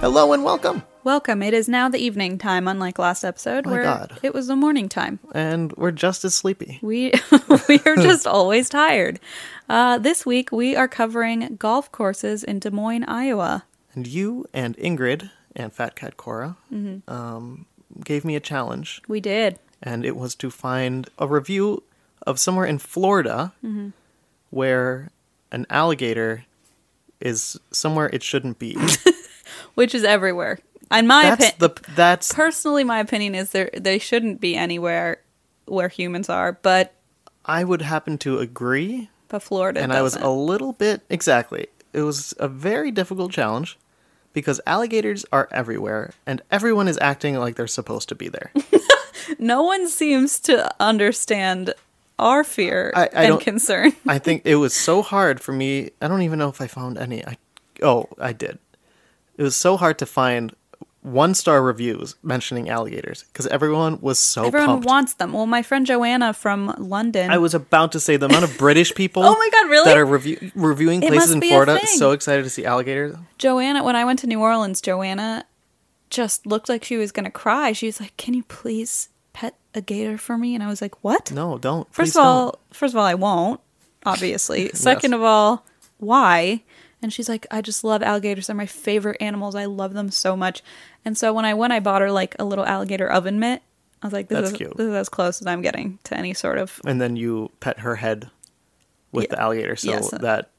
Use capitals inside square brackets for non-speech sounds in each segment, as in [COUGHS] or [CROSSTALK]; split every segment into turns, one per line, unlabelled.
Hello and welcome.
Welcome. It is now the evening time, unlike last episode
Oh My
where
God.
it was the morning time.
And we're just as sleepy.
We [LAUGHS] we
[LAUGHS]
are just always tired. Uh, this week we are covering golf courses in Des Moines, Iowa.
And you and Ingrid and Fat Cat Cora
Mm-hmm.
um, gave me a challenge,
We did.
and it was to find a review of somewhere in Florida
Mm-hmm.
where an alligator is somewhere it shouldn't
[LAUGHS]
be.
Which is everywhere. In my
that's
opinion
the that's
personally my opinion is there they shouldn't be anywhere where humans are, but
I would happen to agree,
but Florida
and I was
doesn't.
a little bit exactly. It was a very difficult challenge because alligators are everywhere, and everyone is acting like they're supposed to be there.
no one seems to understand our fear
I- I
and
don't-
concern.
[LAUGHS] I think it was so hard for me. I don't even know if I found any. I oh, I did. It was so hard to find one star reviews mentioning alligators because everyone was so
Everyone
pumped.
wants them. Well, my friend Joanna from London
I was about to say the amount of British people.
[LAUGHS] Oh my God, really?
That are review- reviewing
It
places
must
in
be a
Florida.
thing.
So excited to see alligators.
Joanna, when I went to New Orleans, Joanna just looked like she was going to cry. She was like, "Can you please pet a gator for me?" And I was like, "What?"
No, don't.
1st
Please
of all,
don't.
first of all, I won't,
[LAUGHS]
obviously. Second of all, why? And she's like, "I just love alligators. They're my favorite animals. I love them so much." And so when I went, I bought her like a little alligator oven mitt. I was like, "This
That's
is
cute.
this is as close as I'm getting to any sort of."
and then you pet her head with
Yeah.
the alligator, so
Yes.
that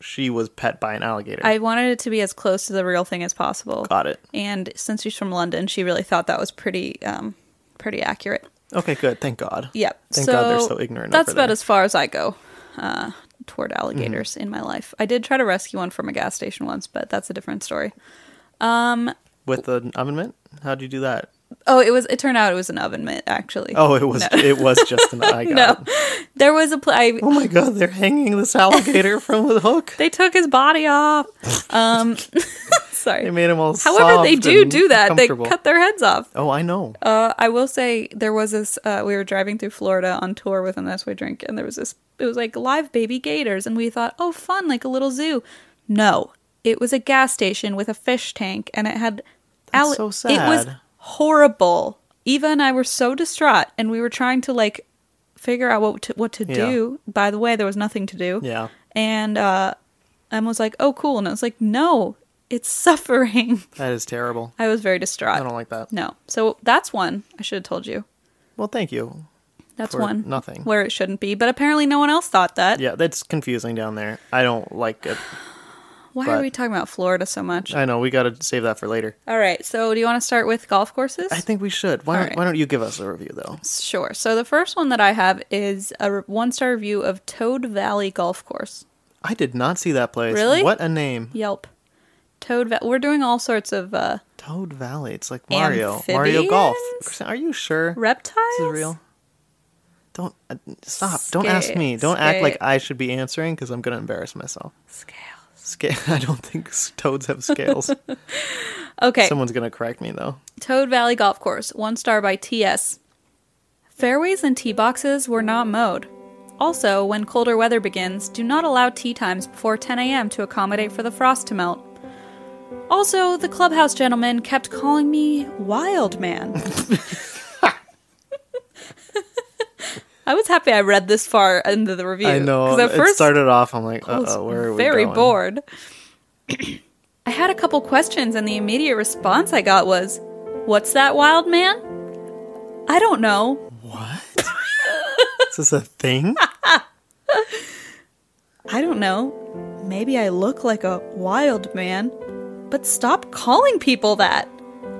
she was pet by an alligator.
I wanted it to be as close to the real thing as possible.
Got it.
And since she's from London, she really thought that was pretty, um, pretty accurate.
Okay, good. Thank God.
Yep.
Thank
so
God they're so ignorant.
That's
over
about
there. Mm-hmm.
as far as I go uh, toward alligators in my life. I did try to rescue one from a gas station once, but that's a different story.
with an oven mitt. How'd you do that?
Oh, it was. It turned out it was an oven mitt, actually.
Oh, it was it was just
[LAUGHS]
an I got
no,
it.
there was a pla- I
Oh my god, they're hanging this
[LAUGHS]
alligator from the hook.
They took his body off. Um, [LAUGHS]
They
sorry.
made him all
However, they
soft
do
and
do that. They
comfortable.
cut their heads off.
Oh, I know.
Uh, I will say there was this. Uh, we were driving through Florida on tour with an That's Why Drink, and there was this. It was like live baby gators, and we thought, oh, fun, like a little zoo. No, it was a gas station with a fish tank, and it had.
That's so
It was
sad.
horrible. Eva and I were so distraught, and we were trying to like figure out what to, what to
Yeah.
do. By the way, there was nothing to do.
Yeah.
And uh, Emma was like, "Oh, cool," and I was like, "No, it's suffering." [LAUGHS]
That is terrible.
I was very distraught.
I don't like that.
No. So that's one. I should have told you.
Well, thank you.
That's
For
one.
nothing.
Where it shouldn't be. But apparently no one else thought that.
Yeah, that's confusing down there. I don't like it.
Why
but-
are we talking about Florida so much?
I know we got to save that for later.
All right. So do you want to start with golf courses?
I think we should. Why don't,
Alright.
why don't you give us a review though?
sure. So the first one that I have is a re- one star review of Toad Valley Golf Course.
I did not see that place.
Really?
What a name.
Yelp. Toad Valley. We're doing all sorts of uh,
Toad Valley. It's like Mario. Mario
Amphibians?
Golf. Are you sure?
reptiles.
This is real. Don't uh, stop. Don't ask
Skate,
me. Don't act like
skate.
I should be answering because I'm gonna embarrass myself.
Scales.
Scale. [LAUGHS] I don't think s- toads have
[LAUGHS]
scales.
Okay.
Someone's gonna correct me though.
Toad Valley Golf Course, one star by TS. Fairways and tee boxes were not mowed. Also, when colder weather begins, do not allow tee times before 10 a.m. to accommodate for the frost to melt. Also, the clubhouse gentleman kept calling me
[LAUGHS]
Wild Man. [LAUGHS] I was happy I read this far into the review.
I know.
'cause at
It
first
started off. I'm like,
I
uh
was
oh, where are we
very
going?
bored. I had a couple questions, and the immediate response I got was, "What's that wild man?" I don't know.
What? [LAUGHS] Is this a
[LAUGHS]
thing?
I don't know. Maybe I look like a wild man, but stop calling people that.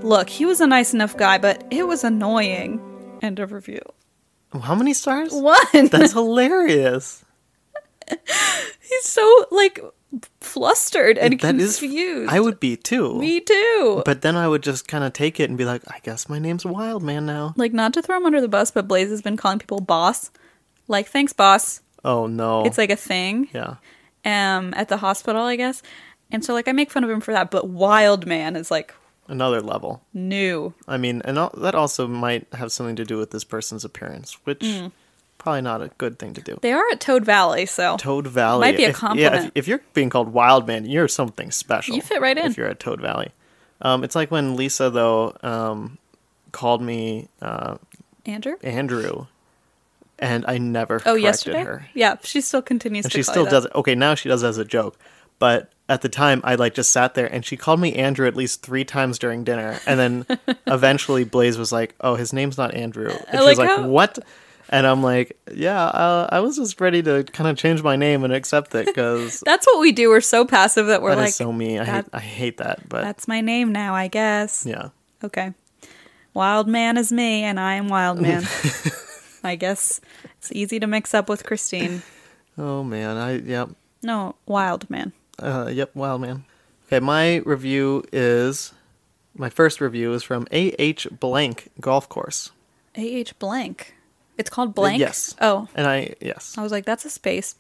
Look, he was a nice enough guy, but it was annoying. End of review.
How many stars?
One. [LAUGHS]
That's hilarious.
He's so like flustered and
That is-
confused.
I would be too.
Me too.
But then I would just kind of take it and be like, I guess my name's Wildman now.
like not to throw him under the bus, but Blaze has been calling people boss. Like thanks, boss.
Oh no.
It's like a thing.
yeah.
Um, at the hospital, I guess. And so like I make fun of him for that, but Wild Man is like
Another level.
new.
I mean, and al- that also might have something to do with this person's appearance, which
Hmm.
probably not a good thing to do.
They are at Toad Valley, so
Toad Valley
Might be
If-
a
yeah, if,
compliment.
if you're being called Wildman, you're something special.
You fit right in.
If you're at Toad Valley, um, it's like when Lisa though um, called me uh,
Andrew.
Andrew, and I never
Oh,
corrected
yesterday.
her,
Yeah, she still continues.
and
to
she
call
still
you that.
does it. Okay, now she does it as a joke, but at the time I like just sat there, and she called me Andrew at least three times during dinner, and
[LAUGHS]
then eventually Blaze was like, "Oh, his name's not Andrew," and she was
like
like,
how-
"What?" And I'm like, yeah, uh, I was just ready to kind of change my name and accept it because
[LAUGHS] That's what we do. We're so passive that we're
That is
like,
so me. I hate,
that-
I hate that. But
that's my name now, I guess.
yeah,
Okay. Wild man is me, and I am wild
[LAUGHS]
man. I guess it's easy to mix up with Christine.
oh man, I yep,
No, wild man.
uh, yep, wild man. Okay, my review is my first review is from A H Blank Golf Course.
A H blank. It's called blank.
Uh, yes.
Oh,
And I yes.
I was like, that's
[LAUGHS]
a space.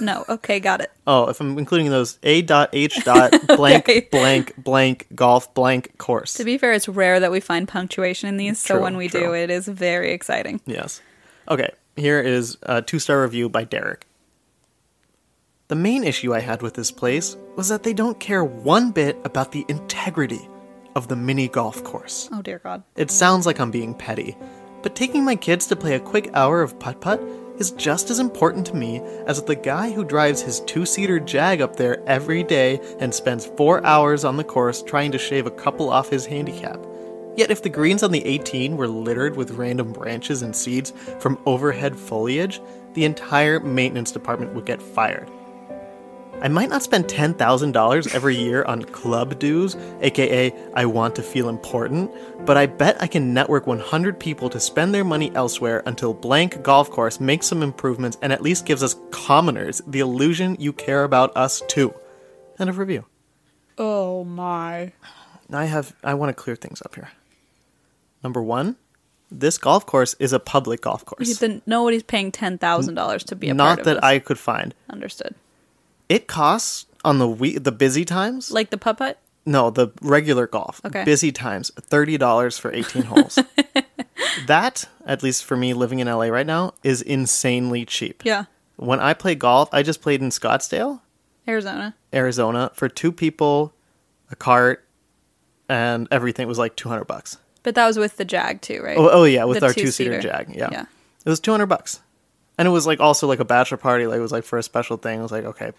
no. Okay, got it.
Oh, if I'm including those A dot H
[LAUGHS]
dot blank
Okay.
blank blank golf blank course.
To be fair, it's rare that we find punctuation in these, so
True,
when we
true.
do, it is very exciting.
Yes. Okay, here is a two star review by Derek. The main issue I had with this place was that they don't care one bit about the integrity of the mini golf course.
Oh dear God.
It sounds like I'm being petty, but taking my kids to play a quick hour of putt putt is just as important to me as the guy who drives his two seater Jag up there every day and spends four hours on the course trying to shave a couple off his handicap. Yet, if the greens on the 18 were littered with random branches and seeds from overhead foliage, the entire maintenance department would get fired. I might not spend $10,000 every year on club dues, aka I want to feel important, but I bet I can network 100 people to spend their money elsewhere until Blank Golf Course makes some improvements and at least gives us commoners the illusion you care about us too. End of review.
Oh my.
I have I want to clear things up here. Number 1, this golf course is a public golf course.
Then nobody's paying ten thousand dollars to be a part
Not
of
that
this.
I could find.
understood.
It costs on the we- the busy times
Like the puppet.
No, the regular golf.
Okay.
Busy times, thirty dollars for eighteen
[LAUGHS]
holes. that, at least for me living in LA right now, is insanely cheap.
Yeah,
When I play golf, I just played in Scottsdale,
Arizona.
Arizona, for two people, a cart, and everything was like two hundred bucks.
But that was with the Jag too, right?
Oh, oh yeah, with
The
our two
two-seater.
seater jag. Yeah.
Yeah.
It was two hundred bucks. And it was like also like a bachelor party, like it was like for a special thing. It was like, okay,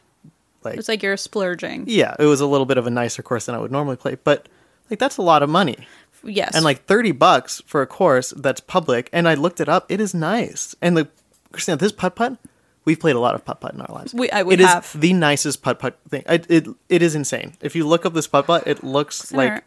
like
It's like you're splurging.
yeah, it was a little bit of a nicer course than I would normally play, but like that's a lot of money.
Yes.
and like 30 bucks for a course that's public and i looked it up it is nice and like christina this putt putt we've played a lot of putt putt in our lives
We- I- we
would have
have.
the nicest putt putt thing I, it it is insane if you look up this putt putt it looks
Center,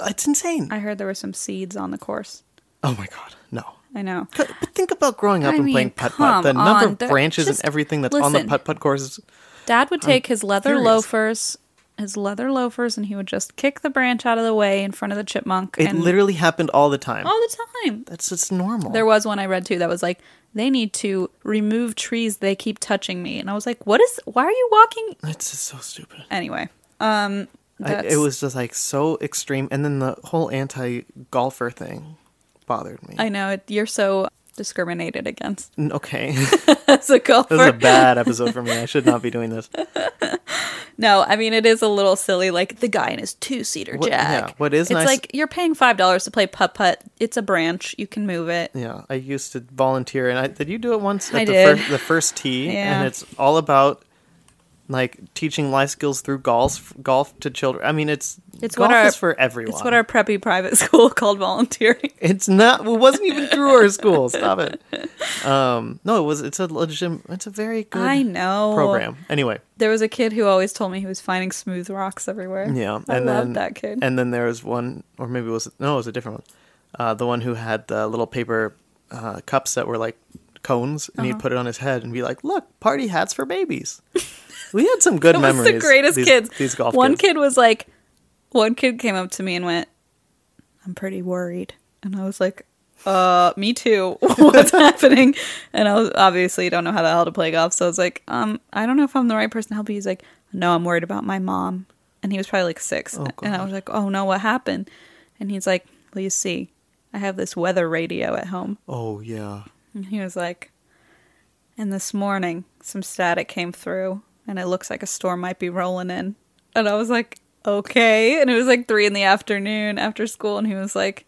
like it's insane
I heard there were some seeds on the course.
oh my god no
I know.
C- but think about growing up
I
and
mean,
playing putt putt
come
the number
on,
of
that-
branches
just
and everything that's on the
listen.
putt putt courses
Dad would take his leather
furious.
loafers, his leather loafers, and he would just kick the branch out of the way in front of the chipmunk.
it
and
literally happened all the time
all the time.
that's just normal
There was one I read too that was like, they need to remove trees. They keep touching me, and I was like, what is? Why are you walking?
that's just so stupid
Anyway, um,
I,
that's,
it was just like so extreme and then the whole anti golfer thing bothered me
I know it- you're so discriminated against [LAUGHS]
N- okay [LAUGHS]
as a golfer.
this is a bad
[LAUGHS]
episode for me i should not be doing this
No, I mean it is a little silly. Like the guy in his two seater
What-
jag.
yeah, what is
it's
nice-
like you're paying five dollars to play putt putt. It's a branch. You can move it.
yeah i used to volunteer and i did you do it once at
I
the,
did.
First, the first tee
Yeah.
and it's all about like teaching life skills through golf golf to children i mean it's
It's
golf
what our
is for everyone
It's what our preppy private [LAUGHS] school called volunteering.
It's not. It wasn't even through our
[LAUGHS]
school. Stop it. Um, no, it was. It's a legitimate. It's a very good
I know.
program. Anyway,
There was a kid who always told me he was finding smooth rocks everywhere.
Yeah,
I
and
loved
then
that kid.
and then there was one, or maybe it was no, it was a different one. Uh, the one who had the little paper uh, cups that were like cones and
Uh-huh.
he'd put it on his head and be like, "Look, party hats for babies." [LAUGHS] we had some good
[LAUGHS] It was
memories.
the greatest
these,
kids.
These golf
one
kids.
kid was like, one kid came up to me and went, "I'm pretty worried," and I was like, "Uh, me too. [LAUGHS] What's
[LAUGHS]
happening?" And I was, obviously don't know how the hell to play golf, so I was like, "Um, I don't know if I'm the right person to help you." He's like, "No, I'm worried about my mom," and he was probably like six, and I was like, "Oh no, what happened?" And he's like, "Well, you see, I have this weather radio at home."
Oh yeah.
And he was like, and this morning some static came through and it looks like a storm might be rolling in. And I was like, okay. And it was like three in the afternoon after school. And he was like,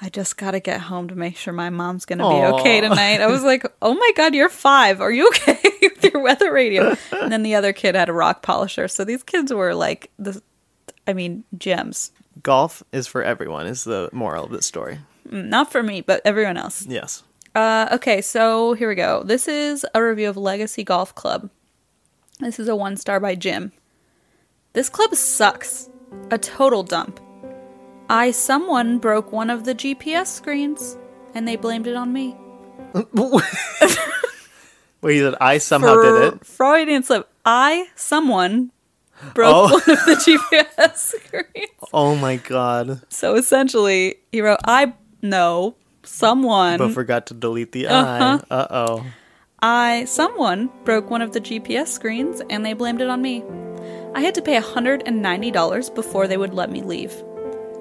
I just got to get home to make sure my mom's going to
Aw.
be okay tonight. I was like, oh my God, you're five. Are you okay [LAUGHS] with your weather radio? And then the other kid had a rock polisher. So these kids were like, the, I mean, gems.
Golf is for everyone is the moral of this story.
Mm, Not for me, but everyone else.
Yes. [LAUGHS]
Uh, okay, so here we go. This is a review of Legacy Golf Club. This is a one star by Jim. This club sucks. A total dump. I, someone, broke one of the GPS screens, and they blamed it on me.
Wait, you said I somehow did it.
Freudian slip. I, someone, broke
Oh.
one of the [LAUGHS] GPS screens.
Oh my god.
So essentially, he wrote, I, no, someone.
But forgot to delete the
Uh-huh.
I. Uh oh.
I, someone, broke one of the GPS screens and they blamed it on me. I had to pay $190 before they would let me leave.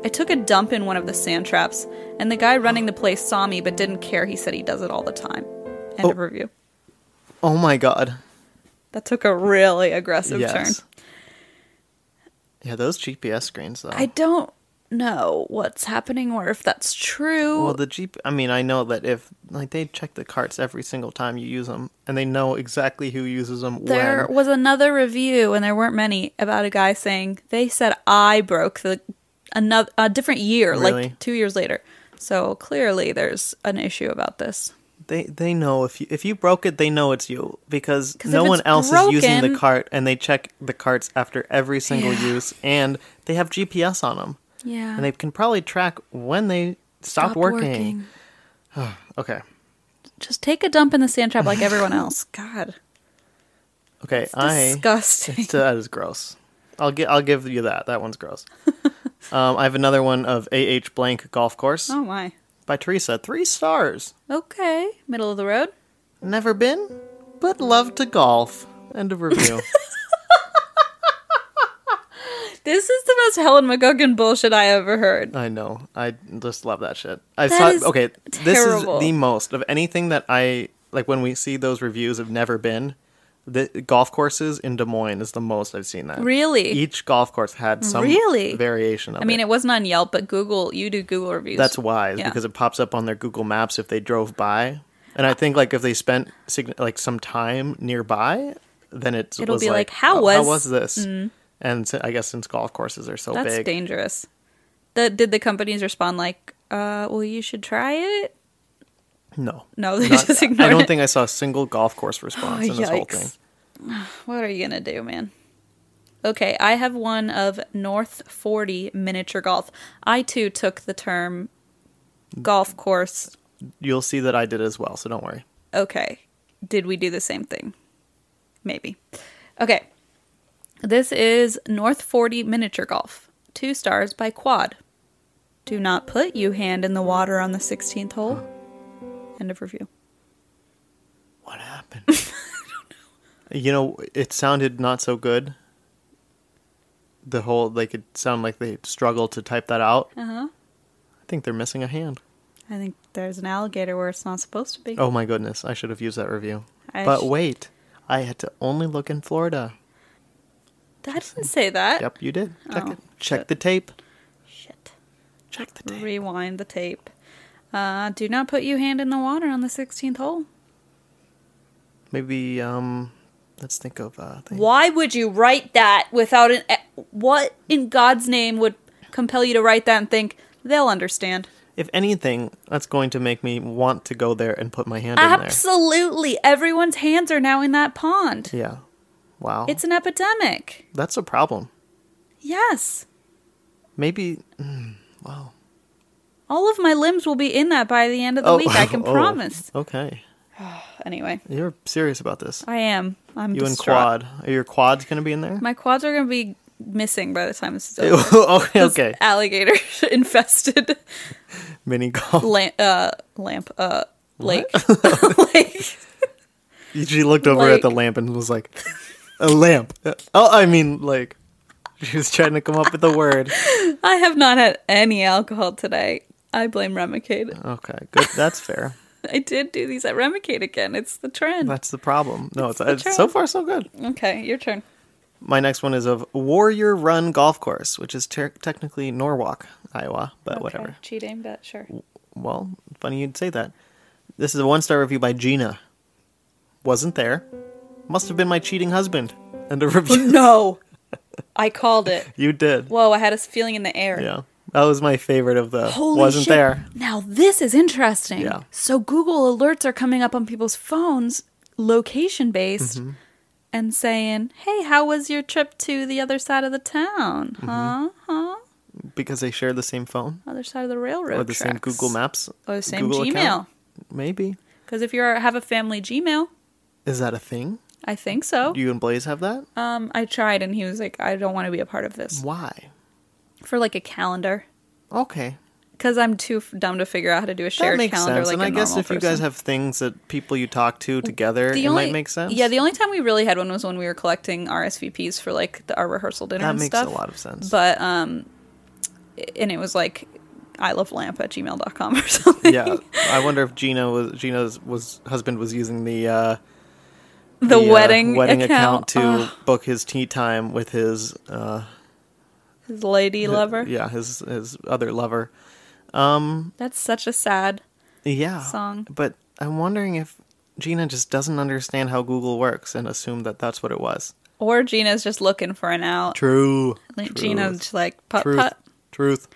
I took a dump in one of the sand traps, and the guy running the place saw me but didn't care. He said he does it all the time. End of
Oh.
review.
Oh my god.
That took a really aggressive
Yes.
turn.
Yeah, those GPS screens though.
I don't know what's happening or if that's true.
Well, the Jeep. I mean, I know that if like they check the carts every single time you use them, and they know exactly who uses them
There
when.
was another review, and there weren't many, about a guy saying they said I broke the another a different year,
Really?
like two years later. So clearly, there's an issue about this.
They they know if you if you broke it, they know it's you because
'Cause
no
if
one
it's
else is using the
broken-
cart, and they check the carts after every single
Yeah. Uh.
use, and they have GPS on them,
Yeah,
and they can probably track when they stopped working. Okay,
Just take a dump in the sand trap
[LAUGHS]
like everyone else. God,
okay, I.
disgusting.
It's- uh, that is gross. I'll get. I'll give you that. That one's gross. um, I have another one of A H Blank Golf Course
[LAUGHS] oh my.
by Teresa. Three stars.
Okay, middle of the road.
Never been, but love to golf. End of
[LAUGHS]
review.
This is the most Helen McGuckin bullshit I ever heard.
I know. I just love that shit. I
That
saw.
is
okay,
terrible.
this is the most of anything that I like. When we see those reviews of never been, the golf courses in Des Moines is the most I've seen that.
Really?
Each golf course had some
Really?
variation of
I mean,
it.
it wasn't on Yelp, but Google. You do Google reviews.
That's wise
Yeah.
because it pops up on their Google Maps if they drove by, and I think like if they spent sign- like some time nearby, then it
It'll
was
be like,
like,
how
"Oh,
was- Mm.
how was this? And so, I guess since golf courses are so
That's
big,
dangerous. The, did the companies respond like, uh, "Well, you should try it"?
no,
No, [LAUGHS] they
Not-
just ignored
I don't
it. Oh,
think I saw a single golf
[LAUGHS]
course response in this whole
Yikes.
thing.
What are you gonna do, man? Okay, I have one of North Forty miniature golf. I too took the term golf course.
You'll see that I did as well, so don't worry.
Okay, did we do the same thing? Maybe. Okay, this is North Forty miniature golf. Two stars by Quad. Do not put you hand in the water on the 16th hole. End of review.
What
[LAUGHS]
happened? You know, it sounded not so good. The whole like it sounded like they struggled to type that out.
Uh huh.
I think they're missing a hand.
I think there's an alligator where it's not supposed to be.
Oh my goodness, I should have used that review.
I
but
sh-
wait, I had to only look in Florida.
I didn't say that.
Yep, you did. Check
Oh,
it. Check the tape.
Shit.
Check the tape.
Rewind the tape. Uh, do not put your hand in the water on the 16th hole.
Maybe um let's think of uh thing.
Why would you write that without an. e- What in God's name would compel you to write that and think they'll understand?
If anything, that's going to make me want to go there and put my hand
Absolutely. Everyone's hands are now in that pond.
in there. Yeah. Wow.
It's an epidemic.
that's a problem.
Yes.
Maybe mm, wow.
All of my limbs will be in that by the end of the week. I can
[LAUGHS] oh,
promise.
Okay.
Anyway,
You're serious about this.
I am. I'm
You and
distraught.
quad. Are your quads gonna be in there?
My quads are gonna be missing by the time this is
[LAUGHS]
over. [LAUGHS]
okay, okay.
Alligator infested [LAUGHS]
Mini golf.
lamp. Uh, lamp. Uh, lake.
[LAUGHS]
[LAUGHS] lake.
She looked over at the
Like-
lamp and was like, "A lamp." Oh, I mean, like, she was trying to come up with a word.
I have not had any alcohol today. I blame Remicade.
Okay, good. That's fair.
I did do these at Remicade again. It's the trend.
That's the problem. No, it's,
the
it's so
charm.
far so good.
Okay, your turn.
My next one is of Warrior Run Golf Course, which is ter- technically Norwalk, Iowa, but
Okay,
whatever.
Cheating, but sure.
Well, funny you'd say that. This is a one star review by Gina. Wasn't there. Must have been my cheating husband. And a
[LAUGHS]
review.
[COUGHS] No, I called it.
you did.
Whoa, I had a feeling in the air.
Yeah. That was my favorite of the
Holy
wasn't
shit.
there.
Now this is interesting.
Yeah.
So Google alerts are coming up on people's phones, location based,
Mm-hmm.
and saying, "Hey, how was your trip to the other side of the town?
Mm-hmm.
Huh? Huh?
Because they share the same phone
Other side of the railroad
or the same
tracks.
Google Maps.
or the same
Google
Gmail?
account. Maybe.
Because if you are have a family Gmail,
Is that a thing?
I think so.
Do you and Blaze have that?
Um, I tried, and he was like, "I don't want to be a part of this
Why?
for like a calendar."
Okay.
Because I'm too f- dumb to figure out how to do a shared
that makes
calendar.
sense.
Like
and
a
I guess
normal
if you guys
person.
have things that people you talk to together, it might make sense.
Yeah, the only time we really had one was when we were collecting RSVPs for like the, our rehearsal dinner
that
and
makes
stuff.
a lot of sense.
But um, and it was like I love lamp at gmail.com [LAUGHS] or
[LAUGHS]
something.
yeah, I wonder if Gina was Gina's was husband was using the uh,
the,
uh,
wedding
wedding
account,
account,
Ugh, [LAUGHS]
to book his tea time with his uh,
his lady lover.
yeah his his other lover.
That's such a sad.
Yeah,
Song.
But I'm wondering if Gina just doesn't understand how Google works and assume that that's what it was.
Or Gina's just looking for an out.
True.
Like, Gina's just like putt
truth.
putt.
Truth.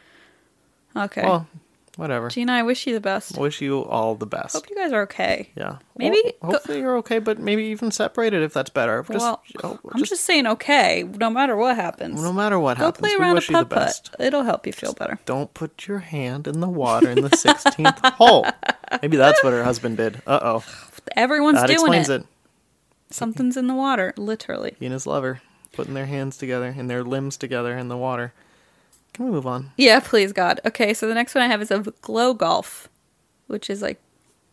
Okay.
Well, whatever.
Gina, I wish you the best.
Wish you all the best.
Hope you guys are okay.
Yeah.
Maybe
Well,
go-
hopefully you're okay, but maybe even separated if that's better. Just,
well,
oh,
I'm just, saying okay, no matter what happens.
no matter what
Go
happens,
play
we
around a
wish you the
putt
best.
putt. It'll help you feel better.
Don't put your hand in the water in the 16th
[LAUGHS]
hole. Maybe that's what her husband did. Uh oh.
Everyone's
That
doing
explains
it.
it.
Something's in the water, literally.
He and his lover putting their hands together and their limbs together in the water. Can we move on?
Yeah, please God. Okay, so the next one I have is of glow golf, which is like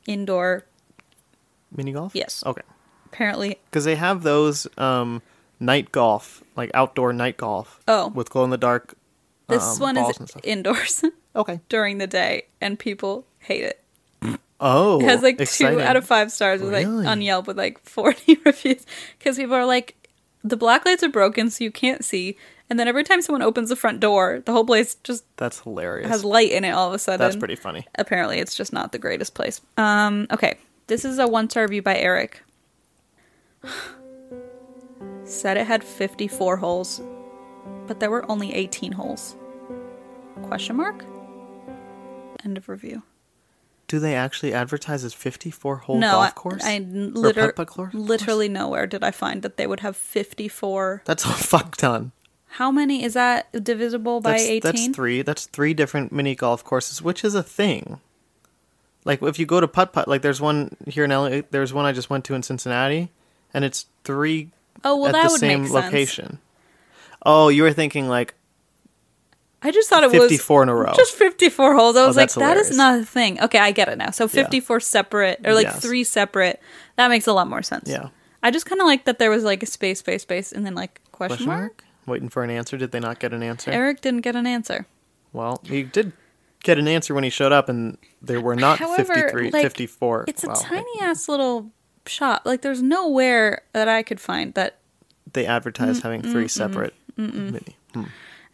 indoor.
Mini golf?
Yes.
Okay.
Apparently,
Because they have those um, night golf, like outdoor night golf.
Oh.
With glow in the dark.
this one is
Um, balls and stuff.
indoors [LAUGHS]
Okay.
during the day, and people hate it.
Oh.
It has like
exciting.
two out of five stars with
Really?
like on Yelp with like [LAUGHS] forty reviews because people are like, the black lights are broken, so you can't see. And then every time someone opens the front door, the whole place just
That's hilarious.
has light in it all of a sudden.
That's pretty funny.
apparently it's just not the greatest place. Um, okay. This is a one star review by Eric. [SIGHS] Said it had 54 holes, but there were only 18 holes. Question mark? End of review.
Do they actually advertise as 54 hole
no,
golf
I-
course?
I,
Or
liter-
putt-putt course?
literally nowhere did I find that they would have 54.
That's [LAUGHS] a fuck ton.
How many is that divisible by
That's,
18?
that's three. That's three different mini golf courses, which is a thing. Like if you go to putt putt, like there's one here in LA. There's one I just went to in Cincinnati, and it's three
Oh, well,
at
that
the
would
same
make sense.
location. Oh, you were thinking like
I just thought it was
54 in a row. Oh,
Just 54 holes. I was like,
that's
that is
hilarious.
not a thing. Okay, I get it now. So 54 separate, or like
Yes.
three separate. That makes a lot more sense.
Yeah.
I just kind of like that there was like a space, space, space, and then like question,
question
mark? Er
mark? Waiting for an answer. Did they not get an answer?
Eric didn't get an answer.
Well, he did get an answer when he showed up, and there were not
However,
53,
like,
54.
It's
Wow,
a
like,
tiny ass little shop. Like, there's nowhere that I could find that.
They
Mm,
advertise having three separate mini. Hmm.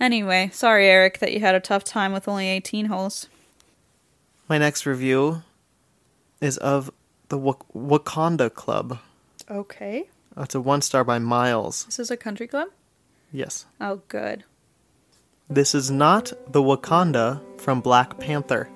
Anyway, sorry, Eric, that you had a tough time with only 18 holes.
My next review is of the Wak- Wakanda Club.
Okay.
That's a one star by Miles.
This is a country club?
Yes.
Oh, good.
This is not the Wakanda from Black Panther.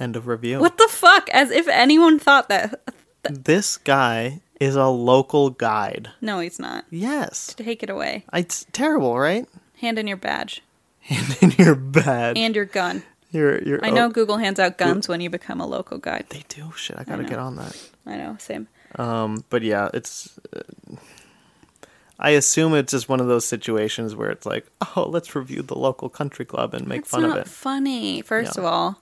End of review.
What the fuck? As if anyone thought that.
This guy is a local guide.
No, he's not.
Yes.
Take it away.
It's terrible, right? [LAUGHS]
Hand in your badge
And in your bed.
and your gun.
Your your
I know
own-
Google hands out guns when you become a local guide.
oh, they do shit. I gotta
know.
get on that.
I know, same.
Um, but yeah, it's. Uh, I assume it's just one of those situations where it's like, [LAUGHS] oh, let's review the local country club and make
It's
fun
not
of it.
funny, first
Yeah.
of all.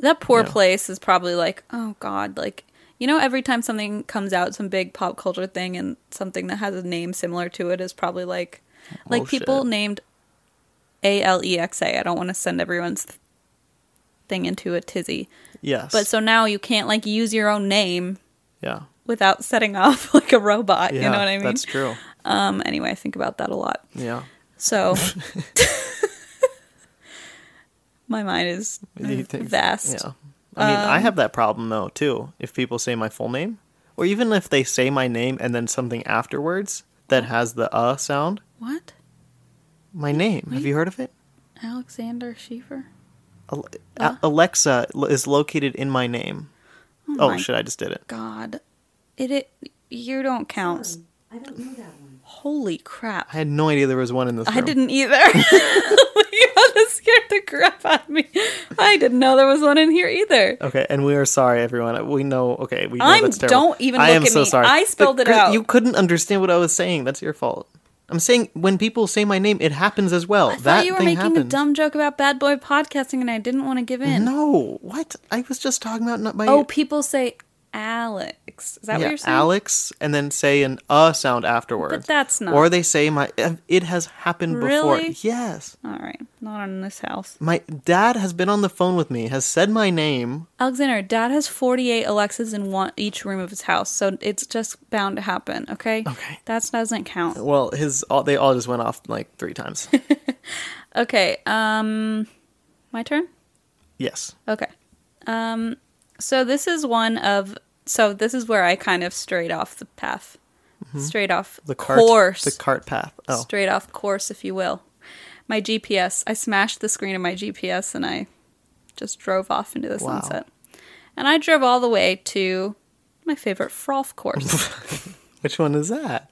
That poor
Yeah.
place is probably like, oh God, like you know, every time something comes out, some big pop culture thing and something that has a name similar to it is probably like like people
Oh, shit.
named A L E X A. I don't want to send everyone's th- thing into a tizzy.
Yes.
But so now you can't like use your own name
yeah.
without setting [LAUGHS] off like a robot.
Yeah.
you know what I mean?
That's true.
Um anyway, I think about that a lot.
Yeah. [LAUGHS]
So my mind is
You think-
vast.
Yeah. I mean, I have that problem though too. If people say my full name, or even if they say my name and then something afterwards that has the uh sound,
What?
my name. Have you heard of it?
Alexander Schiefer?
Al-
Uh?
A- Alexa lo- is located in my name. Oh,
my-
shit! I just did it.
God. It, it you don't count.
Um, I don't know that one.
Holy crap.
I had no idea there was one in this.
I
room.
didn't either. [LAUGHS] you ought to scared the crap out of me. I didn't know there was one in here either.
Okay, and we are sorry, everyone. Uh, We know. Okay, we know
I'm-
that's terrible.
don't even
I
look
am
at
so
me.
sorry.
I spelled
But
it
Chris,
out.
You couldn't understand what I was saying. That's your fault. I'm saying when people say my name, it happens as well.
I
that
thought you were
thing
making
happens.
a dumb joke about bad boy podcasting and I didn't want to give in.
No, what? I was just talking about not my.
Oh, people say Alex. Is that what
yeah,
you're saying?
Alex, and then say an uh sound afterwards.
that's not-
Or they say my. uh, It has happened before.
Really?
Yes,
All right. Not in this house.
my dad has been on the phone with me. Has said my name.
Alexander, Dad has 48 Alexas in one each room of his house, so it's just bound to happen, okay?
Okay.
That doesn't count.
Well, his all they all just went off like three
[LAUGHS]
times.
Okay, um my turn?
yes.
Okay. Um so this is one of so this is where I kind of strayed off the path. Straight off
Mm-hmm. The cart.
course.
The cart path. Oh,
Straight off course, if you will. My GPS. I smashed the screen of my GPS and I just drove off into the
Wow.
sunset. And I drove all the way to my favorite
[LAUGHS]
froth course.
which one is that?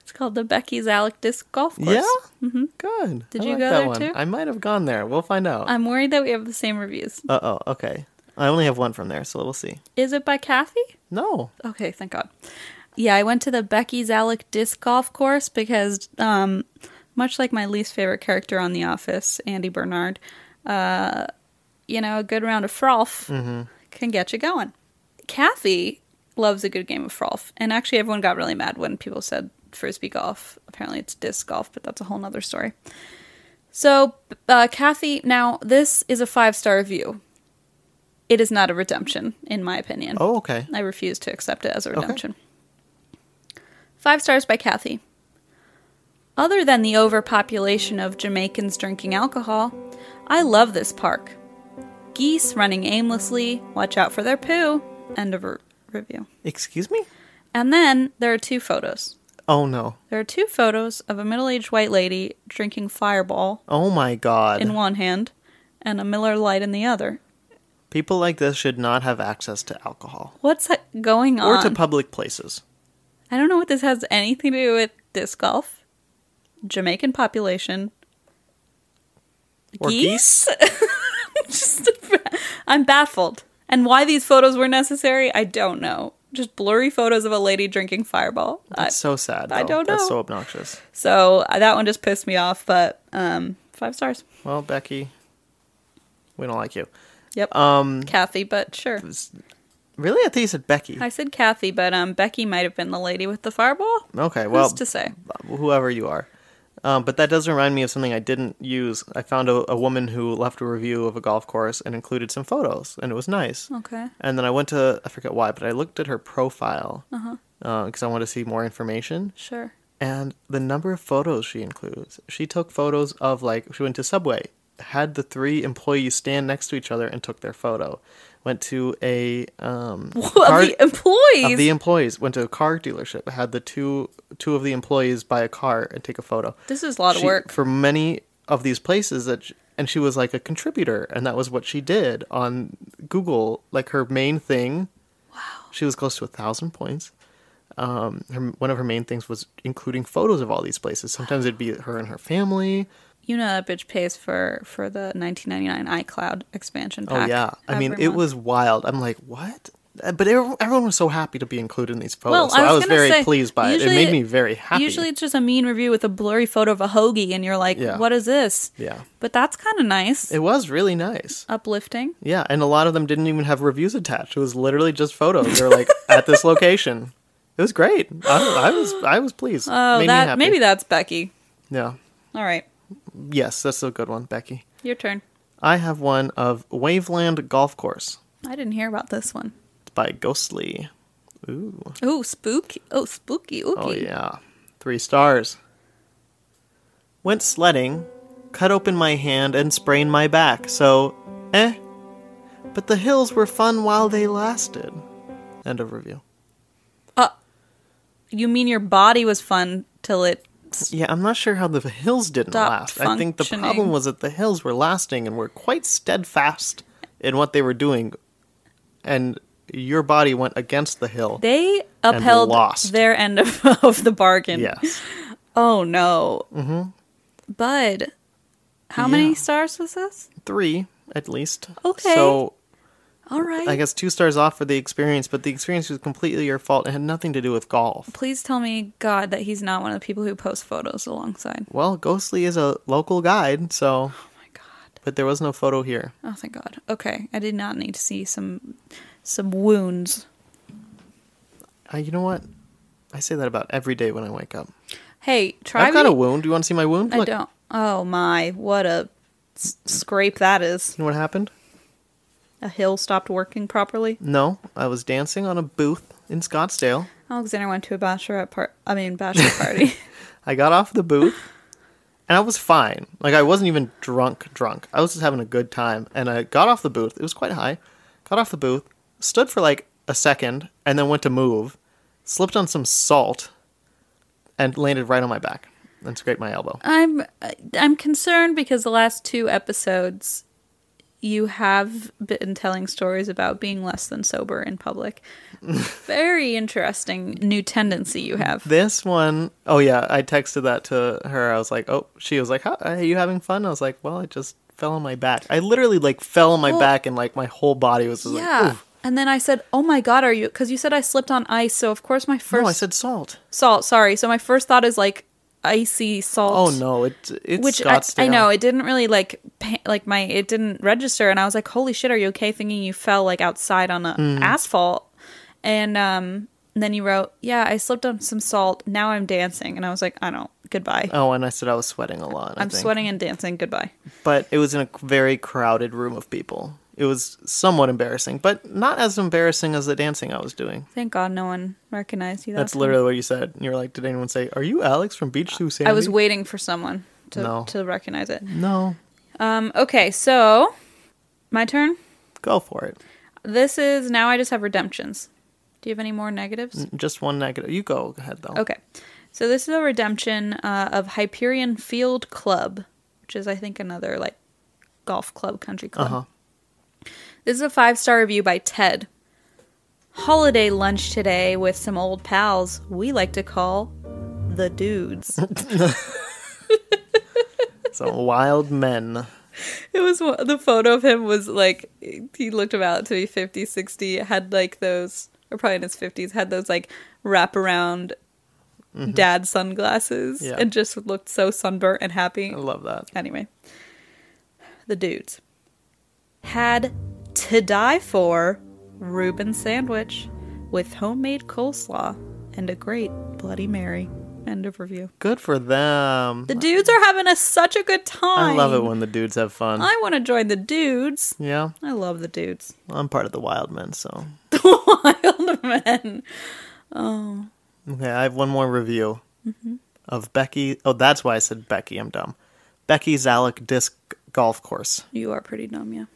It's called the Becky's Alec Disc Golf Course.
Yeah. Mm-hmm. Good.
Did
I
you
like
go
that
there
one.
too?
I might have gone there. We'll find out.
I'm worried that we have the same reviews.
Uh oh. Okay. I only have one from there, so we'll see.
Is it by Kathy?
No.
Okay, thank God. Yeah, I went to the Becky's Alec Disc Golf Course because, um, much like my least favorite character on The Office, Andy Bernard, uh, you know, a good round of frolf can get you going. Kathy loves a good game of frolf, and actually, everyone got really mad when people said frisbee golf. Apparently, it's disc golf, but that's a whole nother story. So, uh, Kathy, now this is a five star review. It is not a redemption, in my opinion.
Oh, okay.
I refuse to accept it as a redemption. Five stars by Kathy. Other than the overpopulation of Jamaicans drinking alcohol, I love this park. Geese running aimlessly, watch out for their poo. End of re- review.
Excuse me?
And then there are two photos.
Oh no.
There are two photos of a middle aged white lady drinking fireball
Oh my god.
in one hand and a Miller Light in the other.
People like this should not have access to alcohol
What's that going on?
or to public places.
I don't know what this has anything to do with disc golf, Jamaican population,
Or geese?
Just- I'm baffled. And why these photos were necessary, I don't know. Just blurry photos of a lady drinking Fireball. I,
That's so sad.
I
though.
don't know.
That's so obnoxious.
so uh, that one just pissed me off, but um, five stars.
Well, Becky, we don't like you.
Yep.
Um,
Kathy, but sure.
really? I think you said Becky.
I said Kathy, but um, Becky might have been the lady with the Fireball.
Okay. Well,
Who's to say?
whoever you are. Um, but that does remind me of something I didn't use. I found a, a woman who left a review of a golf course and included some photos, and it was nice.
Okay.
And then I went to, I forget why, but I looked at her profile
Uh-huh.
because I wanted to see more information.
Sure.
And the number of photos she includes. She took photos of, like, she went to Subway, had the three employees stand next to each other and took their photo. Went to a. Um, car-
[LAUGHS] of the employees.
of the employees went to a car dealership had the two two of the employees buy a car and take a photo
this is a lot of
She-
work.
for many of these places that sh and she was like a contributor and that was what she did on google like her main thing wow she was close to a thousand points um, her, one of her main things was including photos of all these places. Sometimes it'd be her and her family.
You know that bitch pays for for the 1999 iCloud expansion
Oh
pack.
yeah, I mean
every
it
month.
was wild. I'm like, what? Uh, But ev- everyone was so happy to be included in these photos,
Well,
so
I
I
was
was,
gonna
very
say,
pleased by it. It
usually-
made me very happy.
Usually it's just a mean review with a blurry photo of a hoagie, and you're like,
Yeah.
"What is this?"
yeah,
But that's kind of nice,
it was really nice.
uplifting.
Yeah, and a lot of them didn't even have reviews attached. It was literally just photos. They were
[LAUGHS]
like at this location. It was great. I, I was I was pleased.
Oh,
Made me
that
happy.
maybe that's Becky.
Yeah.
All right,
Yes, that's a good one, Becky.
your turn.
I have one of Waveland Golf Course
I didn't hear about this one.
It's by Ghostly. Ooh.
Oh, spooky! Oh, spooky! Ooky.
Oh yeah. Three stars. Went sledding, cut open my hand and sprained my back, so eh. But the hills were fun while they lasted. End of review.
Uh, You mean your body was fun till it?
Yeah, I'm not sure how the hills didn't
Stop
last. I think the
functioning.
problem was that the hills were lasting and were quite steadfast in what they were doing, and your body went against the hill.
They upheld
lost.
their end of, [LAUGHS] of the bargain.
yes.
Oh no. Mm-hmm. Bud, how many
Yeah.
stars was this?
Three, at least.
Okay.
So
All right.
I guess two stars off for the experience, but the experience was completely your fault. It had nothing to do with golf.
Please tell me, God, that he's not one of the people who post photos alongside.
Well, Ghostly is a local guide, so.
Oh my God.
But there was no photo here.
Oh thank God. Okay, I did not need to see some some wounds.
I, Uh, you know what? I say that about every day when I wake up.
Hey, try.
I've got a
re-
wound. Do you want to see my wound?
I
Look.
don't. Oh my! What a s- scrape that is.
You know what happened?
A hill stopped working properly.
No, I was dancing on a booth in Scottsdale.
Alexander went to a bachelorette part. I mean, bachelor
[LAUGHS]
party.
I got off the booth and I was fine. Like I wasn't even drunk drunk. I was just having a good time and I got off the booth. It was quite high. Got off the booth, stood for like a second and then went to move, slipped on some salt and landed right on my back and scraped my elbow.
I'm I'm concerned because the last two episodes you have been telling stories about being less than sober in
[LAUGHS]
public. Very interesting new tendency you have.
This one, oh yeah, I texted that to her. I was like, "Oh, she was like, How, are you having fun?" I was like, "Well, I just fell on my back. I literally like fell on my
Well-
back and like my whole body was just
yeah.
like, oof.
And then I said, "Oh my god, are you cuz you said I slipped on ice, so of course my first
No, I said salt.
salt, sorry. So my first thought is like icy
Oh
salt.
no, it, it's
Which I,
Scottsdale.
I know it didn't really like pa- like my it didn't register and I was like holy shit are you okay thinking you fell like outside on the
Hmm.
asphalt and um then you wrote yeah I slipped on some salt now I'm dancing and I was like I don't goodbye
Oh, and I said I was sweating a lot. I
I'm
think.
sweating and dancing goodbye
but it was in a very crowded room of people. It was somewhat embarrassing, but not as embarrassing as the dancing I was doing.
thank God no one recognized you that
That's
time.
literally what you said. And you were like, "Did anyone say, are you Alex from Beach Through Sandy?"
I was waiting for someone to
No.
to recognize it
no,
um okay so my turn
go for it.
this is now I just have redemptions do you have any more negatives
Just one negative. You go ahead though.
Okay. So this is a redemption uh, of Hyperion Field Club, which is, I think, another like golf club, country club.
Uh-huh.
This is a five star review by Ted. Holiday lunch today with some old pals we like to call
[LAUGHS]
the dudes.
Some wild men.
it was one- the photo of him was like he looked about to be 50, 60, had like those, or probably in his 50s, had those like wraparound dad sunglasses
Mm-hmm. Yeah.
and just looked so sunburnt and happy.
I love that.
Anyway, the dudes had to die for Reuben sandwich with homemade coleslaw and a great Bloody Mary. End of review.
Good for them.
The dudes are having a, such a good
I
time.
love it when the dudes have fun.
I want to join the dudes.
yeah,
I love the dudes. [LAUGHS]
I'm part of the wild men, so
Wild men.
Okay, I have one more review
Mm-hmm.
of Becky. Oh, that's why I said Becky. I'm dumb. Becky Zalek Disc Golf Course.
You are pretty dumb, yeah.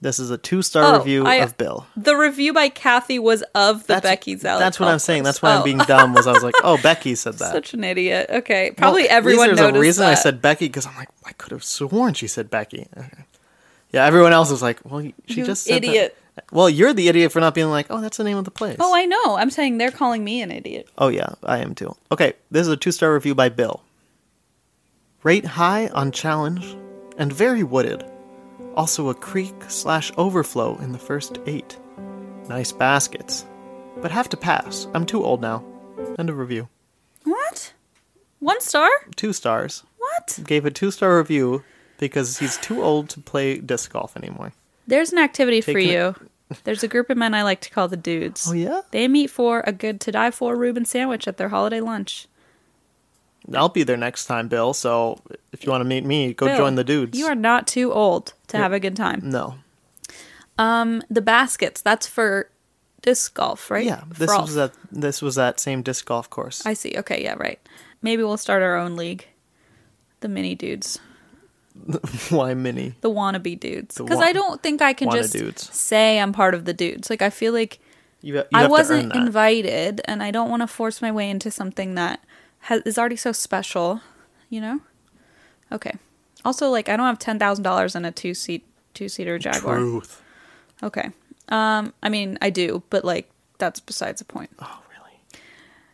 This is a two star
Oh,
review
I-
of Bill.
The review by Kathy was of the
That's,
Becky Zalek.
That's what I'm saying.
conference.
That's why
Oh,
I'm being dumb. Was I
[LAUGHS]
was like, oh, Becky said that.
Such an idiot. Okay, probably
Well, at least
everyone
There's
noticed
a reason I
that.
said Becky because I'm like, [LAUGHS] I could have sworn she said Becky. Okay. Yeah, everyone else was like, well, she
You
just said that.
idiot.
Well, you're the idiot for not being like, oh, that's the name of the place.
Oh, I know. I'm saying they're calling me an idiot.
Oh, yeah, I am too. Okay, this is a two star review by Bill. Rate high on challenge and very wooded. Also a creek slash overflow in the first eight. Nice baskets. But have to pass. I'm too old now. End of review.
What? One star?
Two stars.
What?
Gave a two star review because he's too old to play disc golf anymore.
There's an activity for
Taking
you. [LAUGHS] There's a group of men I like to call the dudes.
Oh, yeah?
They meet for a good to die for Reuben sandwich at their holiday lunch.
I'll be there next time, Bill, so if you want to meet me, go
Bill,
join the dudes.
You are not too old to have a good time.
No.
Um, the baskets, that's for disc golf, right?
Yeah, this
Frolf.
was that this was that same disc golf course.
I see. Okay, yeah, right. Maybe we'll start our own league. The mini dudes.
[LAUGHS] Why mini?
The wannabe dudes.
The
Because
wa-
I don't think I can
wanna
just
dudes.
say I'm part of the dudes. Like, I feel like
You, you
I
have
wasn't
to earn that.
invited, and I don't want to force my way into something that has, is already so special, you know? Okay. Also, like, I don't have ten thousand dollars in a two seat two seater Jaguar.
Truth.
Okay. Um, I mean, I do, but like, that's besides the point.
Oh, really?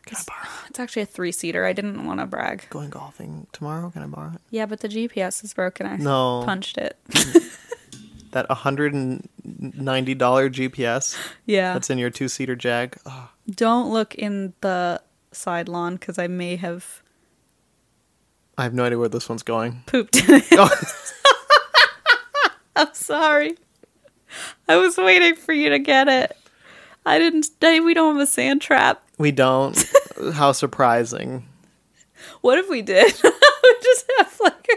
Can I borrow?
It's actually a three seater. I didn't want to brag.
Going golfing tomorrow? Can I borrow it?
Yeah, but the GPS is broken. I
No.
punched it. [LAUGHS]
That hundred and ninety dollar GPS
yeah.
that's in your two seater Jag. Oh,
Don't look in the side lawn because I may have
I have no idea where this one's going.
pooped in it.
Oh,
[LAUGHS] I'm sorry. I was waiting for you to get it. I didn't. I- We don't have a sand trap.
we don't. [LAUGHS] How surprising!
What if we did? [LAUGHS] we just have like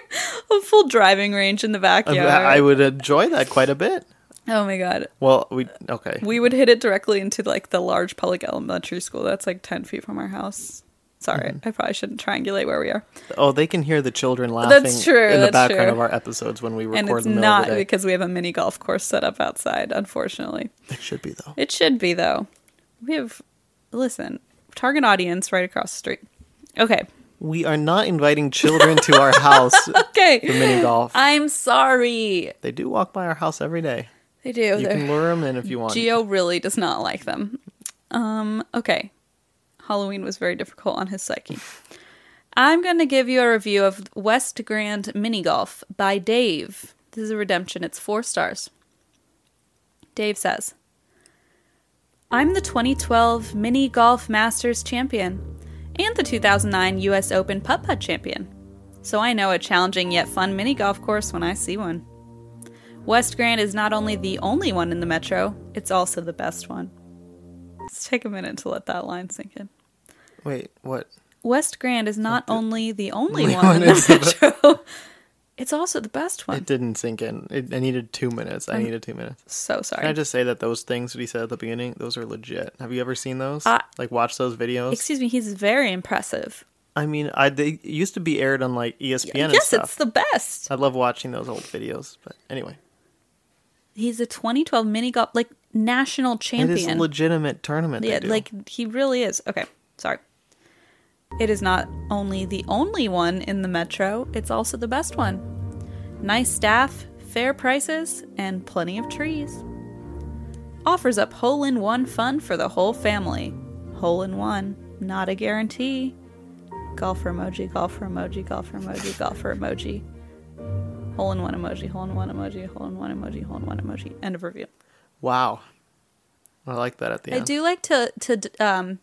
a, a full driving range in the
I-
backyard.
I would enjoy that quite a bit.
oh my god.
Well, we okay.
We would hit it directly into like the large public elementary school that's like 10 feet from our house. Sorry,
Mm-hmm.
I probably shouldn't triangulate where we are.
Oh, they can hear the children laughing
true,
in the
that's
background
true.
of our episodes when we record
and it's
in the middle
not
of the day.
because we have a mini golf course set up outside, unfortunately.
It should be though.
It should be though. We have listen, target audience right across the street. Okay.
We are not inviting children to our
[LAUGHS]
house for
Okay.
mini golf.
I'm sorry.
They do walk by our house every day.
They do.
You
They're-
can lure them in if you want.
Geo really does not like them. Um, okay. Halloween was very difficult on his psyche. I'm going to give you a review of West Grand Mini Golf by Dave. This is a redemption. It's four stars. Dave says, I'm the 2012 Mini Golf Masters champion and the 2009 US Open Putt Putt champion. So I know a challenging yet fun mini golf course when I see one. West Grand is not only the only one in the metro, it's also the best one. Let's take a minute to let that line sink in.
Wait, what?
West Grand is not only the only
Only
one in
one is
the
the
metro, [LAUGHS] it's also the best one.
It didn't sink in. It, I needed two minutes.
Um,
I needed two minutes.
So sorry.
Can I just say that those things that he said at the beginning, those are legit. Have you ever seen those?
Uh,
like, watch those videos.
Excuse me, he's very impressive.
I mean, I they used to be aired on like E ESPN and
yes,
stuff.
it's the best.
I love watching those old videos. But anyway,
He's a 2012 mini golf, like national champion.
it is a legitimate tournament. they
Yeah,
do.
like he really is. Okay, sorry. It is not only the only one in the metro, it's also the best one. Nice staff, fair prices, and plenty of trees. Offers up hole in one fun for the whole family. Hole in one, not a guarantee. Golfer emoji, golfer emoji, golfer emoji, golfer emoji. Hole in one emoji, hole in one emoji, hole in one emoji, hole in one emoji. End of review.
wow. I like that at the
I
end.
do like to to d- um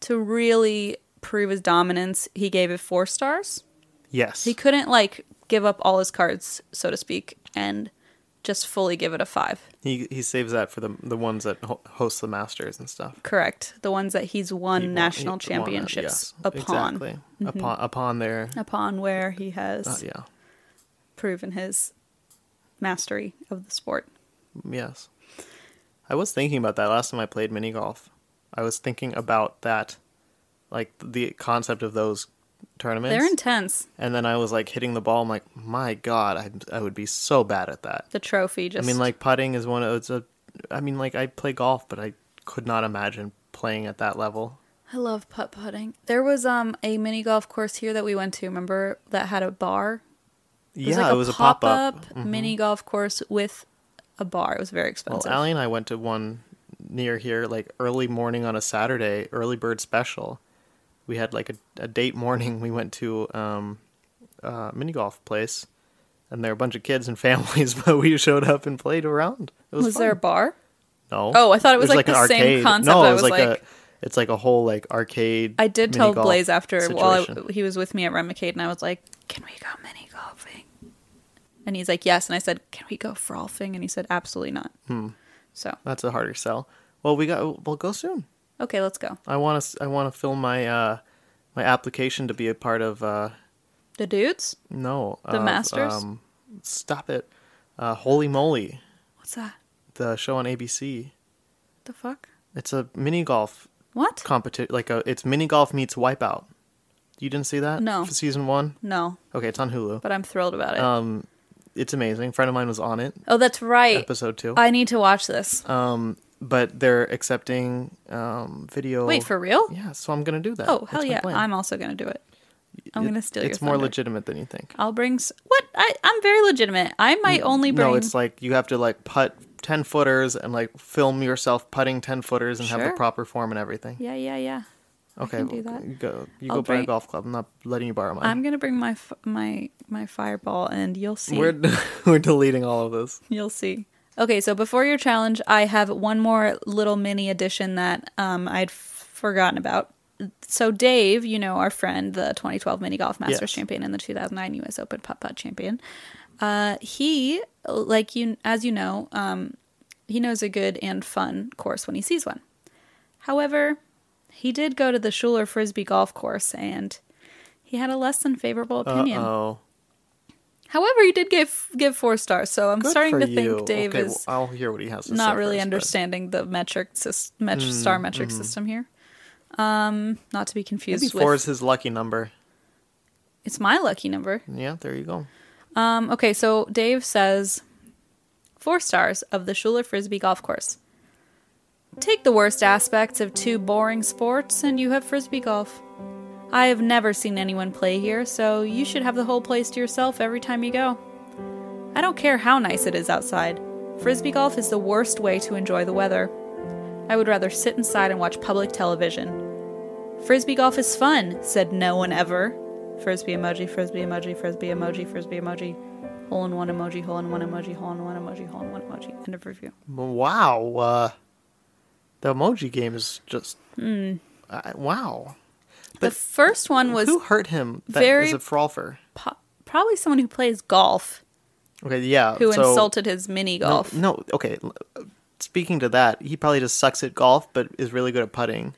to really prove his dominance. He gave it four stars.
Yes.
He couldn't like give up all his cards, so to speak, and just fully give it a five.
He he saves that for the the ones that ho- host the Masters and stuff.
Correct. The ones that he's won
He won-
national
he won that,
championships
yeah,
upon Mm-hmm.
exactly upon upon their
upon where he has
uh, yeah
proven his mastery of the sport.
yes. I was thinking about that last time I played mini golf. I was thinking about that, like the concept of those tournaments.
They're intense.
and then I was like hitting the ball. I'm like, my God, I I would be so bad at that.
The trophy just
I mean, like putting is one of it's a. I mean, like I play golf, but I could not imagine playing at that level.
I love putt putting. There was um a mini golf course here that we went to, remember, that had a bar
yeah, it was a pop up.
mini golf course with a a bar. It was very
Well,
expensive.
Allie and I went to one near here, like early morning on a Saturday, early bird special. We had like a, a date morning. We went to um, a mini golf place, and there were a bunch of kids and [LAUGHS] families, but we showed up and played around. It was,
was there a
fun.
bar?
No.
Oh, I thought it was,
There's,
like, the
an
same
arcade.
concept.
No,
I
it was
was
like,
like-
a. It's like a whole like arcade.
I did tell
mini-golf
Blaze after while
situation.
I, he was with me at Remicade, and I was like, "Can we go mini golfing?" And he's like, "Yes." And I said, "Can we go frolfing?" And he said, "Absolutely not."
Hmm.
So
That's a harder sell. Well, we got. We'll go soon.
okay, let's go.
I want to. I want to fill my uh, my application to be a part of. Uh,
The dudes?
No.
The
of, um,
Masters?
stop it. Uh, Holy Moly,
What's that?
the show on ABC.
The fuck?
It's a mini golf
What?
competition. Like a, it's mini golf meets Wipeout. You didn't see that?
No.
For Season one.
No,
Okay, it's on Hulu.
but I'm thrilled about it.
Um, it's amazing. friend of mine was on it.
oh, that's right.
Episode two.
I need to watch this.
um, but they're accepting um video.
Wait, for real?
Yeah, so I'm gonna do that.
Oh, hell
That's my
yeah.
plan.
I'm also going to do it. I'm
It-
going to steal your
It's more
thunder.
legitimate than you think.
I'll bring s- What? I I'm very legitimate. I might only bring
No, it's like you have to like putt ten footers and like film yourself putting ten footers and have the
Sure.
proper form and everything.
Yeah, yeah, yeah.
okay,
can do
well,
that.
you go. You
I'll
go buy a
bring-
golf club. I'm not letting you borrow mine.
I'm going to bring my f- my my fireball and you'll
[LAUGHS]
see.
We're we're deleting all of this.
You'll see. Okay, so before your challenge, I have one more little mini addition that um, I'd f- forgotten about. So Dave, you know our friend, the 2012 mini golf masters
Yes.
champion and the 2009 U.S. Open putt putt champion, uh, he like you as you know, um, he knows a good and fun course when he sees one. However, he did go to the Schuler Frisbee golf course and he had a less than favorable
Uh
opinion.
oh.
However, you did give give four stars, so I'm starting to think Dave
okay,
is
well, I'll hear what he has to say.
not really
first, but-
understanding the metric sys- met-
Mm,
star metric system here. Um, not to be confused
mm-hmm. Maybe
with
four is his lucky number.
it's my lucky number.
Yeah, there you go.
Um, okay, so Dave says four stars of the Schuler Frisbee Golf Course. Take the worst aspects of two boring sports, and you have frisbee golf. I have never seen anyone play here, so you should have the whole place to yourself every time you go. I don't care how nice it is outside. Frisbee golf is the worst way to enjoy the weather. I would rather sit inside and watch public television. Frisbee golf is fun, said no one ever. Frisbee emoji, frisbee emoji, frisbee emoji, frisbee emoji. Hole in one emoji, hole in one emoji, hole in one emoji, hole in one emoji. End of review.
Wow. Uh, the emoji game is just. I- wow.
the
But
first one Hmm. was
Who hurt him? That is
very-
a frolfer.
po- probably someone who plays golf
Okay, yeah.
who
so-
insulted his mini
No,
golf.
No, okay. l- Speaking to that, he probably just sucks at golf, but is really good at putting.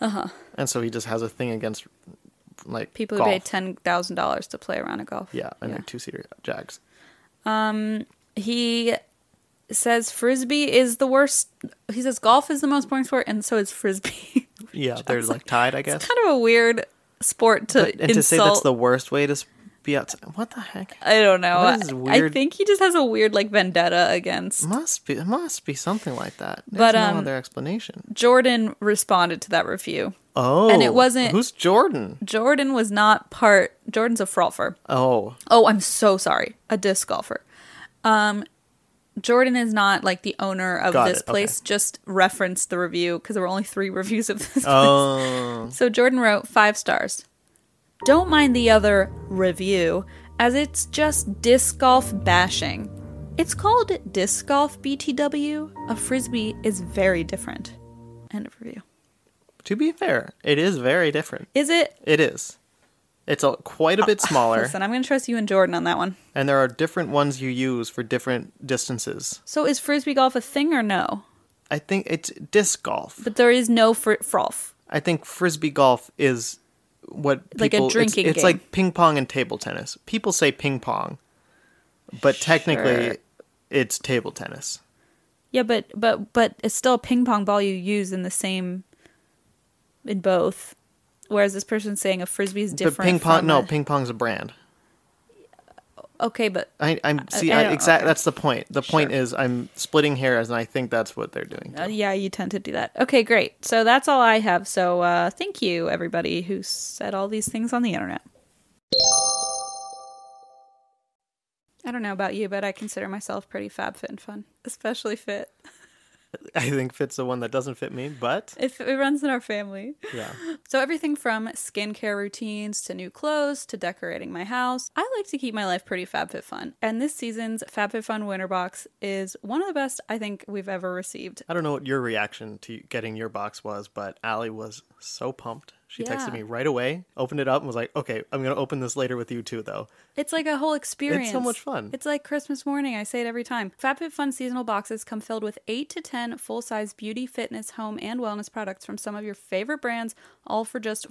Uh huh. And so he just has a thing against like
Uh-huh. People who
golf.
pay ten thousand dollars to play around a golf.
Yeah, and their two seater jacks.
he says frisbee is the worst. He says golf is the most boring sport, and so is frisbee. [LAUGHS]
Yeah, they're like tied, I guess.
kind of a weird sport to
But- and
insult.
to say that's the worst way to s- be outside. What the heck?
I don't know.
What is
I- I
weird-
think he just has a weird like vendetta against
Must be, it must be something like that. There's
But, um,
no other explanation.
Jordan. Responded to that review.
Oh,
it wasn't-
Who's Jordan?
Jordan was not part. Jordan's a frolfer. [LAUGHS]
Oh,
Oh, I'm so sorry. A disc golfer. Um, Jordan is not like the owner of
Got
this
it, okay.
place. Just reference the review because there were only three [LAUGHS] reviews of this.
oh,
place. So Jordan wrote five stars. Don't mind the other review, as it's just disc golf bashing. It's called disc golf BTW. A frisbee is very different. End of review.
to be fair, it is very different.
Is it?
It is. It's a, quite a bit
[LAUGHS]
smaller.
Listen, I'm going to trust you and Jordan on that one.
and there are different ones you use for different distances.
So is frisbee golf a thing or no?
I think it's disc golf.
But there is no fr- frolf.
I think frisbee golf is what
Like a
people,
drinking
It's, it's
game.
like ping pong and table tennis. People say ping pong, but technically,
Sure.
it's table tennis.
Yeah, but but but it's still a ping pong ball you use in the same in both. Whereas this person's saying a frisbee is different.
but ping pong,
from
no,
a-
ping pong's a brand.
okay, but
I, I'm see,
I
I,
don't-
exact.
okay.
That's the point. The point
Sure.
is, I'm splitting hairs, and I think that's what they're doing.
uh, yeah, you tend to do that. Okay, great. So that's all I have. So uh, thank you, everybody who said all these things on the internet. I don't know about you, but I consider myself pretty fab fit and fun, especially fit.
[LAUGHS] I think fit's the one that doesn't fit me, but
If it runs in our family.
yeah.
So everything from skincare routines to new clothes to decorating my house. I like to keep my life pretty FabFitFun, and this season's FabFitFun Winter Box is one of the best I think we've ever received.
I don't know what your reaction to getting your box was, but Allie was so pumped. She
Yeah.
texted me right away, opened it up, and was like, okay, I'm going to open this later with you too, though.
It's like a whole experience.
much fun.
It's like Christmas morning. I say it every time. FabFitFun seasonal boxes come filled with 8 to 10 full-size beauty, fitness, home, and wellness products from some of your favorite brands, all for just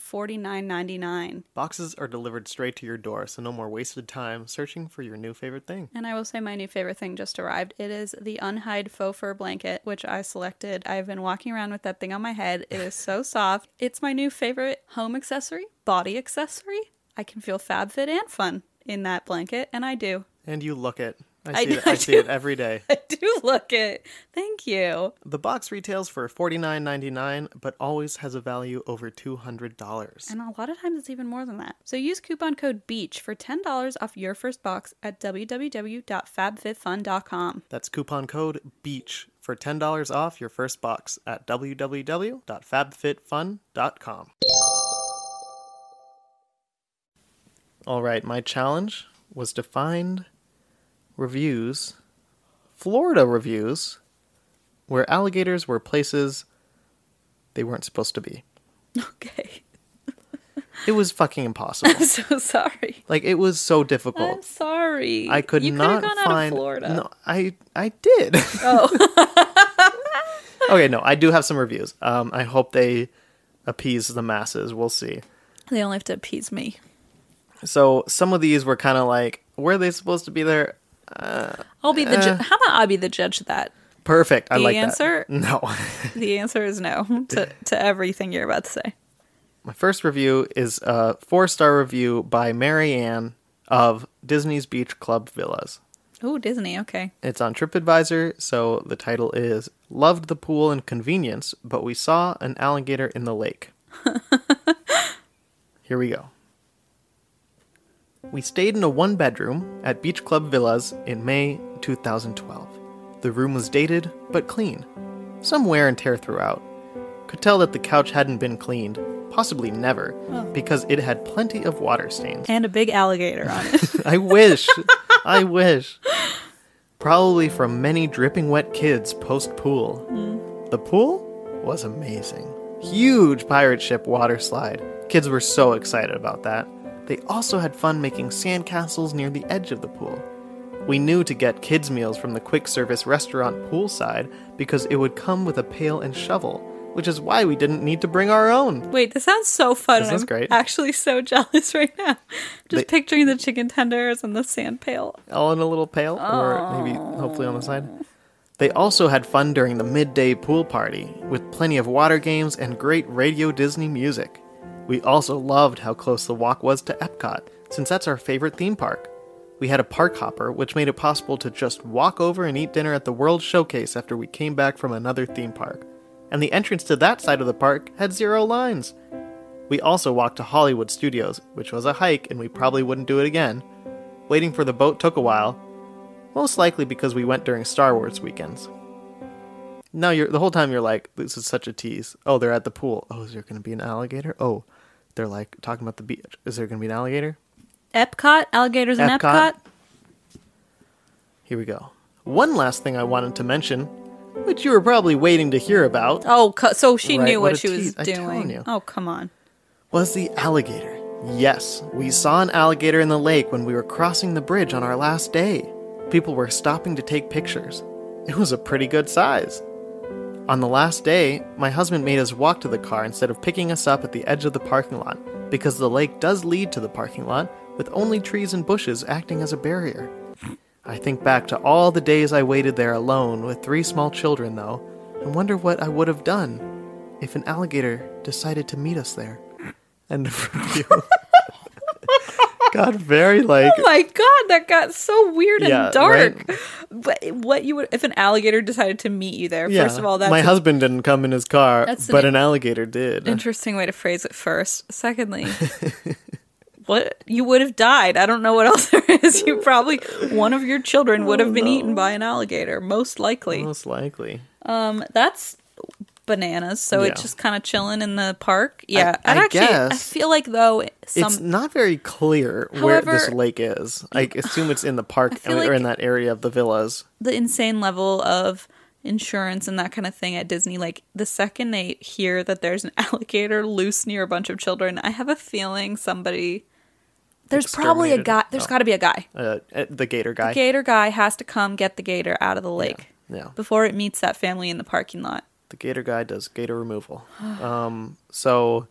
$49.99.
Boxes are delivered straight to your door, so no more wasted time searching for your new favorite thing.
And I will say my new favorite thing just arrived. It is the unhide faux fur blanket, which I selected. I've been walking around with that thing on my head. It
[LAUGHS]
is so soft. It's my new favorite home accessory, body accessory. I can feel fab fit and fun in that blanket, and I do. [LAUGHS]
And you look it.
I
I see,
do-
it. I
I
see
do.
it every day.
I do look it. Thank you.
The box retails for $49.99, but always has a value over $200.
And a lot of times it's even more than that. So use coupon code BEACH for $10 off your first box at www.fabfitfun.com.
That's coupon code BEACH for $10 off your first box at www.fabfitfun.com. All right, my challenge was to find reviews, Florida reviews, where alligators were places they weren't supposed to be.
[LAUGHS] Okay. [LAUGHS]
It was fucking impossible.
I'm so sorry.
like it was so
I'm
difficult.
sorry.
I could
you coulda
not
gone
find
out of Florida.
No, I I did.
Oh,
[LAUGHS]
[LAUGHS]
okay, no, I do have some reviews. Um, I hope they appease the masses. We'll see.
they only have to appease me.
So some of these were kind of like, were they supposed to be there?
I'll be the.
Uh.
ju- How about I be the judge of that?
Perfect. I
The
like
answer?
that. [LAUGHS] No, [LAUGHS]
The answer is no to to everything you're about to say.
my first review is a four star review by Marianne of Disney's Beach Club Villas.
Oh, Disney. Okay.
It's on TripAdvisor, so the title is Loved the Pool and Convenience, but we saw an alligator in the lake. Here we go. We stayed in a one bedroom at Beach Club Villas in May 2012. The room was dated, but clean. Some wear and tear throughout. Could tell that the couch hadn't been cleaned, possibly never, because it had plenty of water stains.
And a big alligator on
[LAUGHS]
it. [LAUGHS]
I wish. I wish. Probably from many dripping wet kids post pool. The pool was amazing. Huge pirate ship water slide. Kids were so excited about that. They also had fun making sandcastles near the edge of the pool. We knew to get kids' meals from the quick service restaurant poolside because it would come with a pail and shovel, which is why we didn't need to bring our own.
Wait, this sounds so fun.
This
and
is
I'm
great.
Actually, so [LAUGHS] jealous right now. Just
They-
picturing the chicken tenders and the sand pail.
all in a little pail, or maybe hopefully on the side. They also had fun during the midday pool party, with plenty of water games and great Radio Disney music. We also loved how close the walk was to Epcot, since that's our favorite theme park. We had a park hopper, which made it possible to just walk over and eat dinner at the World Showcase after we came back from another theme park. And the entrance to that side of the park had zero lines. We also walked to Hollywood Studios, which was a hike and we probably wouldn't do it again. Waiting for the boat took a while, most likely because we went during Star Wars weekends. Now you're the whole time you're like, this is such a tease. Oh, they're at the pool. Oh, is there going to be an alligator? Oh, they're like talking about the beach. Is there going to be an alligator?
Epcot alligators in
Epcot.
Epcot.
Here we go. One last thing I wanted to mention, which you were probably waiting to hear about,
Oh, cu- so she
Right,
knew
what
what,
a
she was
tease. I'm telling
doing.
you.
Oh, come on.
was the alligator. Yes, we saw an alligator in the lake when we were crossing the bridge on our last day. People were stopping to take pictures. It was a pretty good size. On the last day, my husband made us walk to the car instead of picking us up at the edge of the parking lot, because the lake does lead to the parking lot, with only trees and bushes acting as a barrier. I think back to all the days I waited there alone with three small children, though, and wonder what I would have done if an alligator decided to meet us there. End of
[LAUGHS]
review. Got very like.
Oh my god, that got so weird and
Yeah,
dark. But what you would if an alligator decided to meet you there?
yeah,
First of all, that's
my
a-
husband didn't come in his car,
That's an
but an alligator did. [LAUGHS]
Interesting way to phrase it first. Secondly, what you would have died. I don't know what else [LAUGHS] there is. You probably one of your children would
Oh,
have been eaten by an alligator, most likely.
Most likely.
Um, that's bananas. So it's
Yeah.
just kind of chilling in the park. Yeah,
I
and actually, I
guess-
feel like though some
it's not very clear where this
However-
lake is. I assume it's in the park
feel
or in
like-
that area of the villas.
the insane level of insurance and that kind of thing at Disney. Like the second they hear that there's an [LAUGHS] alligator loose near a bunch of children, I have a feeling somebody. There's probably a
Exterminated.
guy. There's got to be a guy.
Uh, uh, the gator guy.
Gator guy has to come get the gator out of the lake
yeah,
before it meets that family in the parking lot.
the gator guy does gator removal. Um, so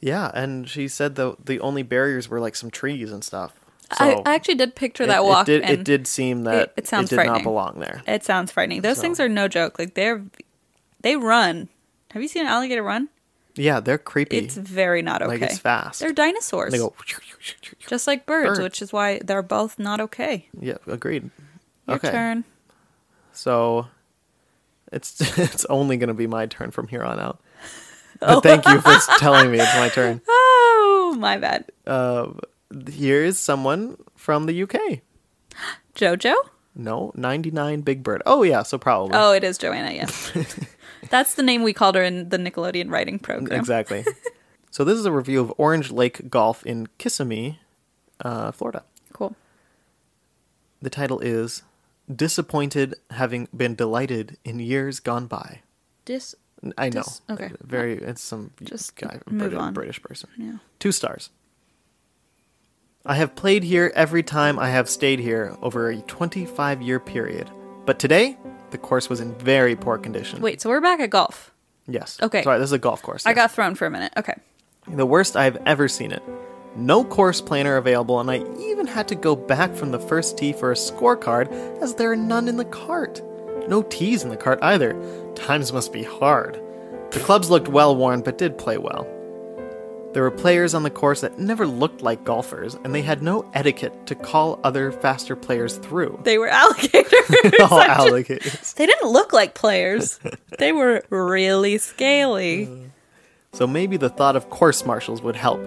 yeah, and she said the the only barriers were like some trees and stuff.
I,
So
I actually did picture
it-
that walk.
It did,
and
it did seem that
it sounds
did not
frightening.
belong there.
It sounds frightening. Those
So-
things are no joke. Like they're they run. Have you seen an alligator run?
Yeah, they're creepy.
It's very not okay.
Like, it's fast.
They're dinosaurs.
they go.
just like birds,
Birds.
which is why they're both not okay.
[LAUGHS] Yeah, agreed.
Your
okay.
turn.
So it's [LAUGHS] it's only going to be my turn from here on out. But thank you for telling me it's my turn. Uh,
Oh, my bad.
Here is someone from the UK.
Jojo?
No, 99 Big Bird. Oh yeah, so probably.
Oh, it is Joanna, yeah.
[LAUGHS]
That's the name we called her in the Nickelodeon writing program.
exactly. so this is a review of Orange Lake Golf in Kissimmee, uh, Florida.
Cool.
The title is Disappointed Having Been Delighted in Years Gone By.
Dis
I know. Uh,
Dis- okay.
Very it's some
Just
guy
move
British,
on.
British person.
yeah.
Two stars. I have played here every time I have stayed here over a 25 year period. But today, the course was in very poor condition.
Wait, so we're back at golf.
Yes.
Okay.
Sorry, this is a golf course.
I
yes.
got thrown for a minute. Okay.
the worst I've ever seen it. No course planner available, and I even had to go back from the first tee for a scorecard as there are none in the cart. No tees in the cart either. Times must be hard. The clubs looked well worn, but did play well. There were players on the course that never looked like golfers, and they had no etiquette to call other faster players
[LAUGHS]
through.
They were alligators.
[LAUGHS] All
I just-
alligators.
They didn't look like players. they were really scaly.
so maybe the thought of course marshals would help.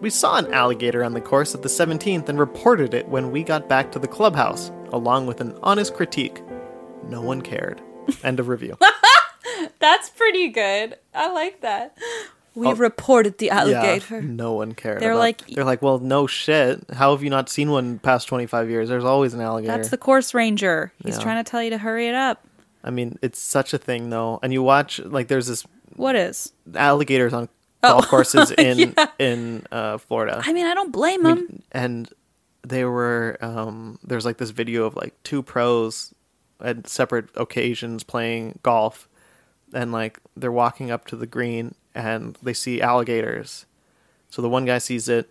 We saw an alligator on the course at the 17th and reported it when we got back to the clubhouse, along with an honest critique. No one
[LAUGHS]
cared. End of review. Uh.
That's pretty good. I like that. We
Oh.
reported the
yeah,
alligator.
no one cared.
They're
about-
like-
they're like, well, no shit. How have you not seen one in past 25 years? There's always an alligator.
That's the course ranger. He's
Yeah.
trying to tell you to hurry it up.
I mean, it's such a thing though. And you watch like there's this
What is?
alligators on
Oh.
golf
[LAUGHS]
courses in in uh, Florida.
I mean, I don't blame him.
and they were um there's like this video of like two pros at separate occasions playing golf and like they're walking up to the green and they see alligators so the one guy sees it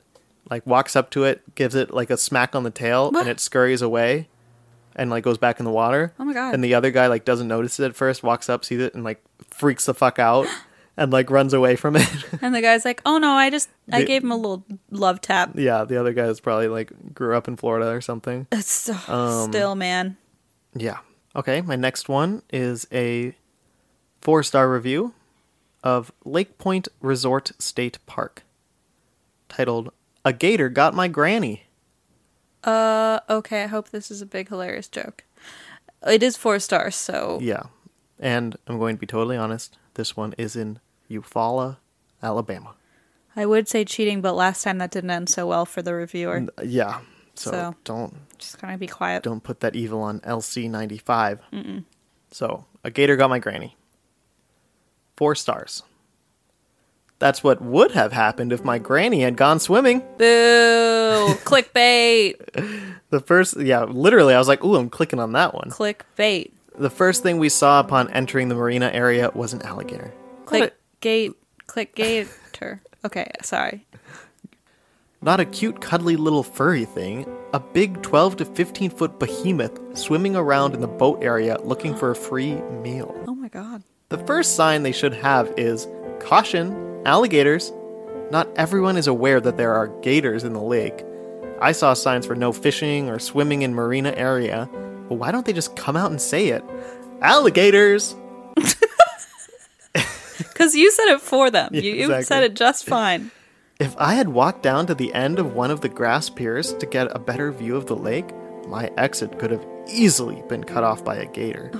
like walks up to it gives it like a smack on the tail
What?
and it scurries away and like goes back in the water
Oh my God.
and the other guy like doesn't notice it at first walks up sees it and like freaks the fuck
[GASPS]
out and like runs away from it [LAUGHS]
And the guy's like, "Oh no, I just I
The-
gave him a little love tap."
yeah the other guy is probably like grew up in florida or something
It's so-
Um,
still, man.
Yeah. Okay, my next one is a four star review of Lake Point Resort State Park titled A Gator Got My Granny.
Uh, okay. I hope this is a big hilarious joke. It is four stars, so
Yeah. And I'm going to be totally honest, this one is in Eufaula, Alabama.
I would say cheating, but last time that didn't end so well for the reviewer.
Yeah. So,
So-
don't
Just gonna be quiet.
don't put that evil on LC95. So, a gator got my granny. Four stars. That's what would have happened if my granny had gone swimming.
Boo!
[LAUGHS]
Clickbait.
The first, yeah, literally, I was like, ooh, I'm clicking on that one.
Clickbait.
The first thing we saw upon entering the marina area was an alligator. Not
Click
a,
gate.
[LAUGHS]
Click gator. Okay, sorry.
not a cute, cuddly little furry thing, a big 12 to 15 foot behemoth swimming around in the boat area looking for a free meal.
Oh
[LAUGHS]
my god.
The first sign they should have is caution, alligators. Not everyone is aware that there are gators in the lake. I saw signs for no fishing or swimming in marina area, but why don't they just come out and say it? Alligators!
Because you said it for them.
Yeah,
you you
exactly.
said it just fine.
If I had walked down to the end of one of the grass piers to get a better view of the lake, my exit could have easily been cut off by a gator.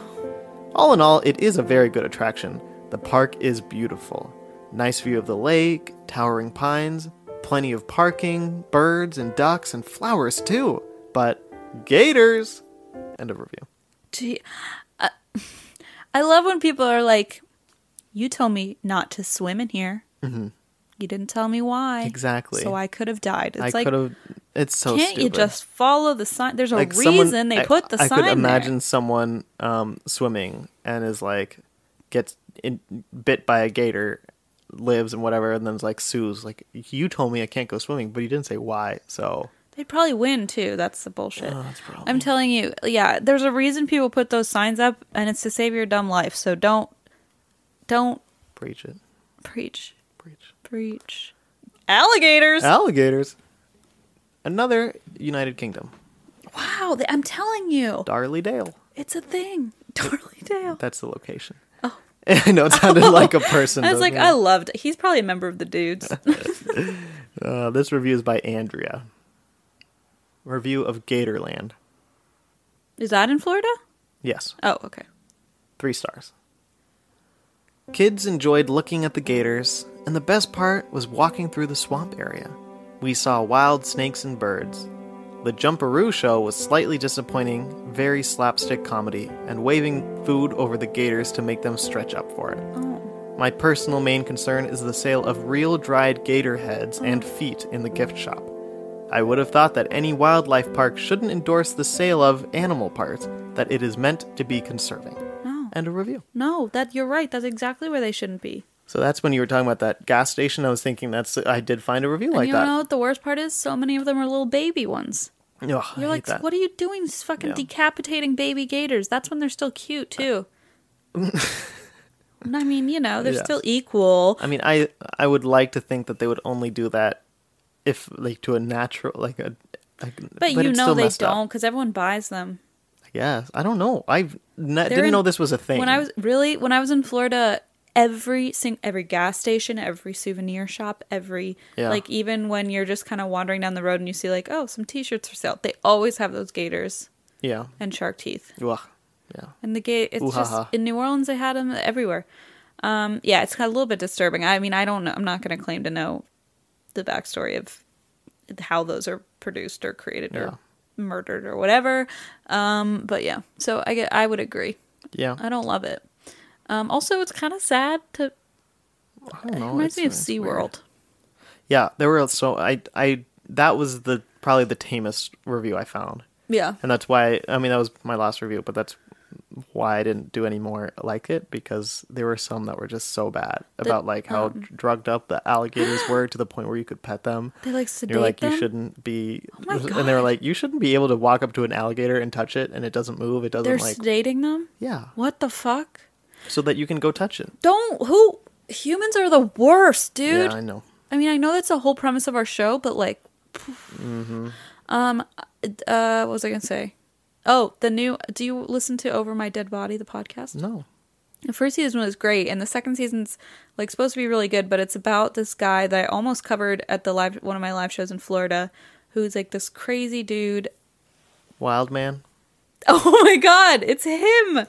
All in all, it is a very good attraction. The park is beautiful. Nice view of the lake, towering pines, plenty of parking, birds and ducks and flowers too. But gators! End of review.
Gee, I- I love when people are like, "You told me not to swim in here. You didn't tell me why.
Mm-hmm. Exactly.
So I could have died.
I
It's like,
could have. It's so
can't you
stupid.
just follow the sign? There's a
Like,
reason
someone-
they
I-
put the
I
sign
could imagine
there.
someone um, swimming and is like gets in, bit by a gator, lives and whatever, and then is like sues like you told me I can't go swimming, but you didn't say why. So
They'd probably win too. That's the bullshit.
Oh, that's probably
I'm telling you, yeah. There's a reason people put those signs up, and it's to save your dumb life. So don't, don't
preach it,
preach,
preach
preach. Alligators.
alligators. Another United Kingdom,
wow, they, I'm telling you,
Darley Dale.
it's a thing. [LAUGHS] Darley Dale.
That's the location. Oh, [LAUGHS] I know it sounded
[LAUGHS]
like a person.
I was like,
doesn't
I
it?
loved. It. He's probably a member of
[LAUGHS]
the dudes.
Uh, this review is by Andrea. Review of Gatorland.
Is that in Florida?
Yes.
Oh, okay.
Three stars. Kids enjoyed looking at the gators, and the best part was walking through the swamp area. We saw wild snakes and birds. The Jumperoo show was slightly disappointing, very slapstick comedy, and waving food over the gators to make them stretch up for it. My personal main concern is the sale of real dried gator heads and feet in the gift shop. I would have thought that any wildlife park shouldn't endorse the sale of animal parts, that it is meant to be conserving.
No,
And a review.
no, that you're right. That's exactly where they shouldn't be.
So that's when you were talking about that gas station. I was thinking that's I did find a review like
and you
that.
know what the worst part is? So many of them are little baby ones.
Ugh, I
You're
hate
like,
that.
what are you doing? Just fucking
Yeah.
decapitating baby gators. That's when they're still
[LAUGHS]
cute too. I mean, you know, they're
Yeah.
still equal.
I mean, I I would like to think that they would only do that if like to a natural like a. Like,
But, you
it's
know
still
they
messed up,
don't because everyone buys them.
I guess I don't know. I ne- didn't
in-
know this was a thing.
When I was really when I was in Florida, every sing every gas station, every souvenir shop, every
Yeah.
like even when you're just kind of wandering down the road and you see like oh some T-shirts for sale, they always have those gators
yeah,
and shark teeth.
Ugh. yeah.
And the gate, it's
Ooh-ha-ha.
just in New Orleans they had them everywhere. Um, yeah, it's kind of a little bit disturbing. I mean, I don't know. I'm not going to claim to know the backstory of how those are produced or created or murdered or whatever. Um, but yeah, so I get, I would agree.
Yeah,
I don't love it. Um, also, it's kind of sad to.
I don't know.
It
Oh, it's-
reminds me of
it's weird.
SeaWorld.
Yeah, there were so I I that was the probably the tamest review I found.
Yeah.
and that's why I mean that was my last review, but that's why I didn't do any more like it because there were some that were just so bad about like how
um,
dr- drugged up the alligators were to the point where you could pet them.
They like
And
sedate
You're like
them. Oh
you shouldn't be, [LAUGHS]
my
and they were like you shouldn't be able to walk up to an alligator and touch it, and it doesn't move, it doesn't
They're
like
sedating them.
yeah,
What the fuck?
so that you can go touch it.
Don't who humans are the worst, dude.
Yeah, I know.
I mean, I know that's the whole premise of our show, but like,
Mm-hmm.
um, uh, what was I gonna say? Oh, the new. Do you listen to Over My Dead Body, the podcast?
No,
The first season was great, and the second season's like supposed to be really good, but it's about this guy that I almost covered at the live one of my live shows in Florida, who's like this crazy dude. [LAUGHS]
wild man.
Oh my god, it's him!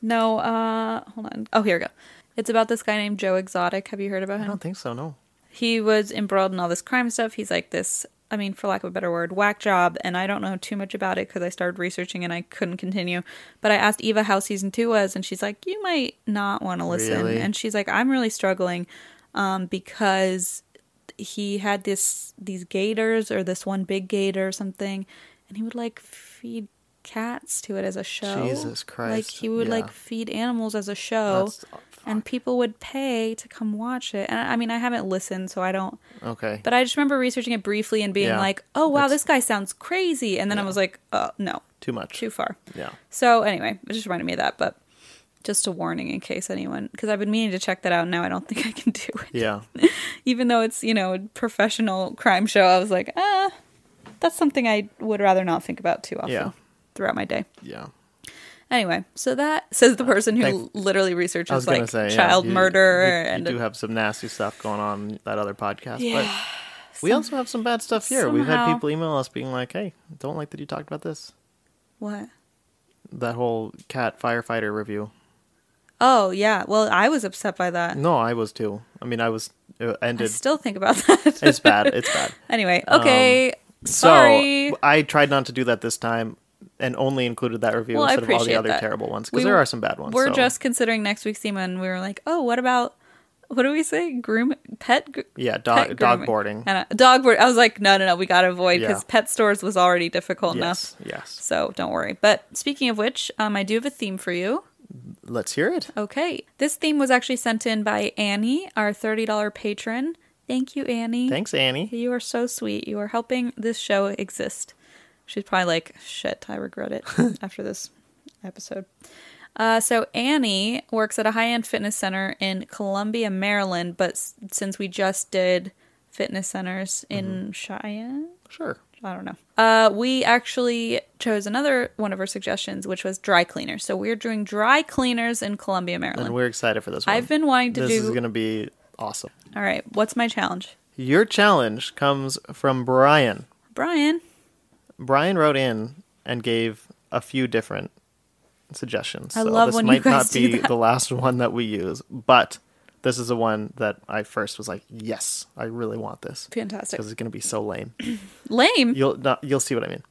No, uh, hold on. Oh, here we go. It's about this guy named Joe Exotic. Have you heard about
I
him?
don't think so. No.
he was embroiled in all this crime stuff. He's like this, I mean, for lack of a better word, whack job. And I don't know too much about it because I started researching and I couldn't continue. But I asked Eva how season two was, and she's like, "You might not want to listen."
Really?
And she's like, "I'm really struggling um, because he had this these gators or this one big gator or something, and he would like feed." cats to it as a show
Jesus
like
Christ,
he would
yeah.
like feed animals as a show
That's-
and people would pay to come watch it. And I I mean, I haven't listened, so I don't.
Okay.
But I just remember researching it briefly and being
Yeah.
like, "Oh wow,
That's-
this guy sounds crazy," and then I was like, "Oh no,
Too much.
too far."
Yeah.
So anyway, it just reminded me of that, but just a warning in case anyone, because I've been meaning to check that out. and Now I don't [LAUGHS] think I can do it, [LAUGHS]
Yeah.
even though it's you know a professional crime show. I was like, ah, that's something I would rather not think about too often
Yeah.
throughout my day.
Yeah.
Anyway, so that says the person who
Thank-
literally
I was
researches
gonna
like
say yeah,
child
you-
murder
you-
and
you do have some nasty stuff going on in that other podcast.
Yeah.
But We also have some bad stuff here. We've had
somehow-
people email us being like, "Hey, don't like that you talked about this."
What?
That whole cat firefighter review.
Oh, yeah. Well, I was upset by that.
No, I was too. I mean, I was uh,
I
ended.
still think about [LAUGHS] that.
[LAUGHS] It's bad.
[LAUGHS]
It's bad.
anyway, okay. Sorry.
So I tried not to do that this time and only included that review
Well, I
instead of all
appreciate
the other
that.
terrible ones
We
because there
were-
are some bad ones.
We're
so.
just considering next week's theme, and we were like, oh, what about what do we say? Groom pet. Gr-
yeah dog
pet
dog
grooming.
boarding.
And I, dog board. I was like, no, no, no. We gotta avoid
Yeah.
because pet stores was already difficult enough.
Yes, yes.
So don't worry. But speaking of which, um, I do have a theme for you.
Let's hear it.
Okay. This theme was actually sent in by Annie, our $30 patron. Thank you, Annie.
Thanks, Annie.
You are so sweet. You are helping this show exist. She's probably like, shit, I
[LAUGHS]
regret it after this episode. Uh, so, Annie works at a high end fitness center in Columbia, Maryland, but s- since we just did fitness centers
Mm-hmm.
in Cheyenne,
Sure.
I don't know. Uh, we actually chose another one of her suggestions, which was dry cleaners. So, we're doing dry cleaners in Columbia, Maryland.
And we're excited for this one.
I've been wanting to
this
do.
is going to be awesome.
All right, what's my challenge?
Your challenge comes from Brian.
Brian,
Brian wrote in and gave a few different suggestions.
I love
this
when you
might
guys
not
do
be
that.
the last one that we use, but this is the one that I first was like, "Yes, I really want this."
fantastic.
Because it's going to be so lame. [CLEARS THROAT]
Lame.
You'll not, you'll see what I mean.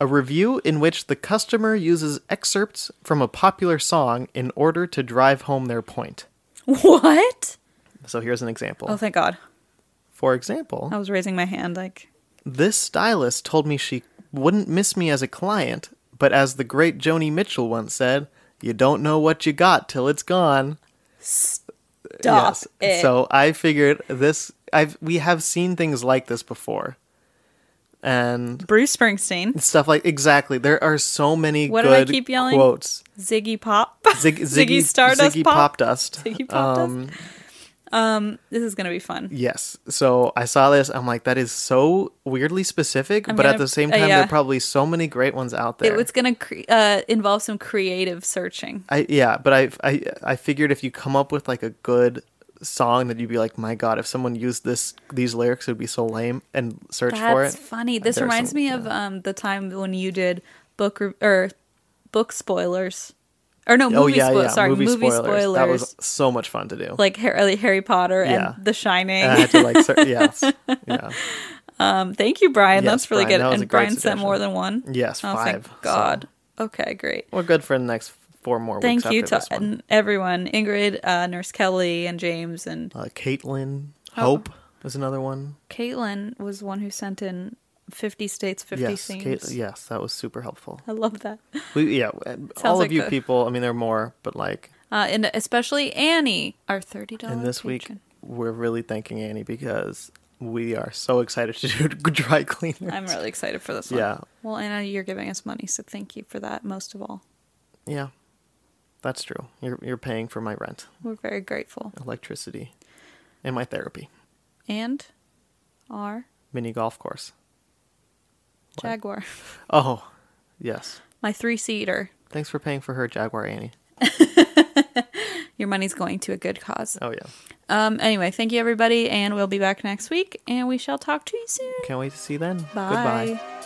A review in which the customer uses excerpts from a popular song in order to drive home their point. [LAUGHS]
What?
So here's an example.
Oh, thank God.
For example,
I was raising my hand like,
This stylist told me she wouldn't miss me as a client, but as the great Joni Mitchell once said, you don't know what you got till it's gone.
stop it.
So I figured this I've we have seen things like this before. And
Bruce Springsteen,
stuff like exactly. There are so many
What do I
good
keep yelling?
quotes.
Ziggy Pop, [LAUGHS]
Zig, Ziggy,
Stardust
Ziggy
Pop?
Pop Dust.
Ziggy Pop Dust? This is gonna be fun.
Yes. So I saw this. I'm like, that is so weirdly specific,
I'm
but
gonna-
at the same
uh,
time, there
yeah.
are probably so many great ones out there.
It was gonna cre- uh, involve some creative searching.
I yeah, but I I I figured if you come up with like a good song that you'd be like, my god, if someone used this these lyrics, it would be so lame. And search for
That's
it.
funny. This
There are
reminds
some-
me of um, the time when you did book re- or book spoilers, or no
oh
movie
yeah,
spoilers.
yeah,
Sorry, movie, spoilers.
That was so much fun to do.
like Harry, Harry Potter
Yeah.
and The Shining.
And I had to like, search, yes, yeah,
Um, [LAUGHS] thank you, Brian.
Yes,
That's really
Brian,
good.
that was a
and
great
Brian sent more
suggestion.
than one.
yes,
Oh,
five.
thank
So
God. Okay, great.
we're good for the next four more weeks.
Thank you
after
to
this one.
and everyone, Ingrid, uh, Nurse Kelly, and James, and
Uh, Caitlin,
Oh.
Hope is another one.
Caitlin was the one who sent in fifty states, fifty
Yes,
scenes.
Cait- yes, that was super helpful.
I love that,
We, yeah, all
like
of you
the-
people. I mean, there are more, but like
uh, and especially Annie, our thirty dollars.
And this week, we're really thanking Annie because we are so excited to do [LAUGHS] dry cleaner.
I'm really excited for this one.
Yeah,
Well, Anna, you're giving us money, so thank you for that. Most of all,
yeah, that's true. You're you're paying for my rent,
we're very grateful.
electricity, and my therapy,
And our
mini golf course.
Jaguar, [LAUGHS]
Oh, yes.
my three seater.
Thanks for paying for her Jaguar Annie.
Your money's going to a good cause.
Oh yeah,
Um. Anyway, thank you everybody, and we'll be back next week, and we shall talk to you soon.
can't wait to see you then.
Bye.
Goodbye.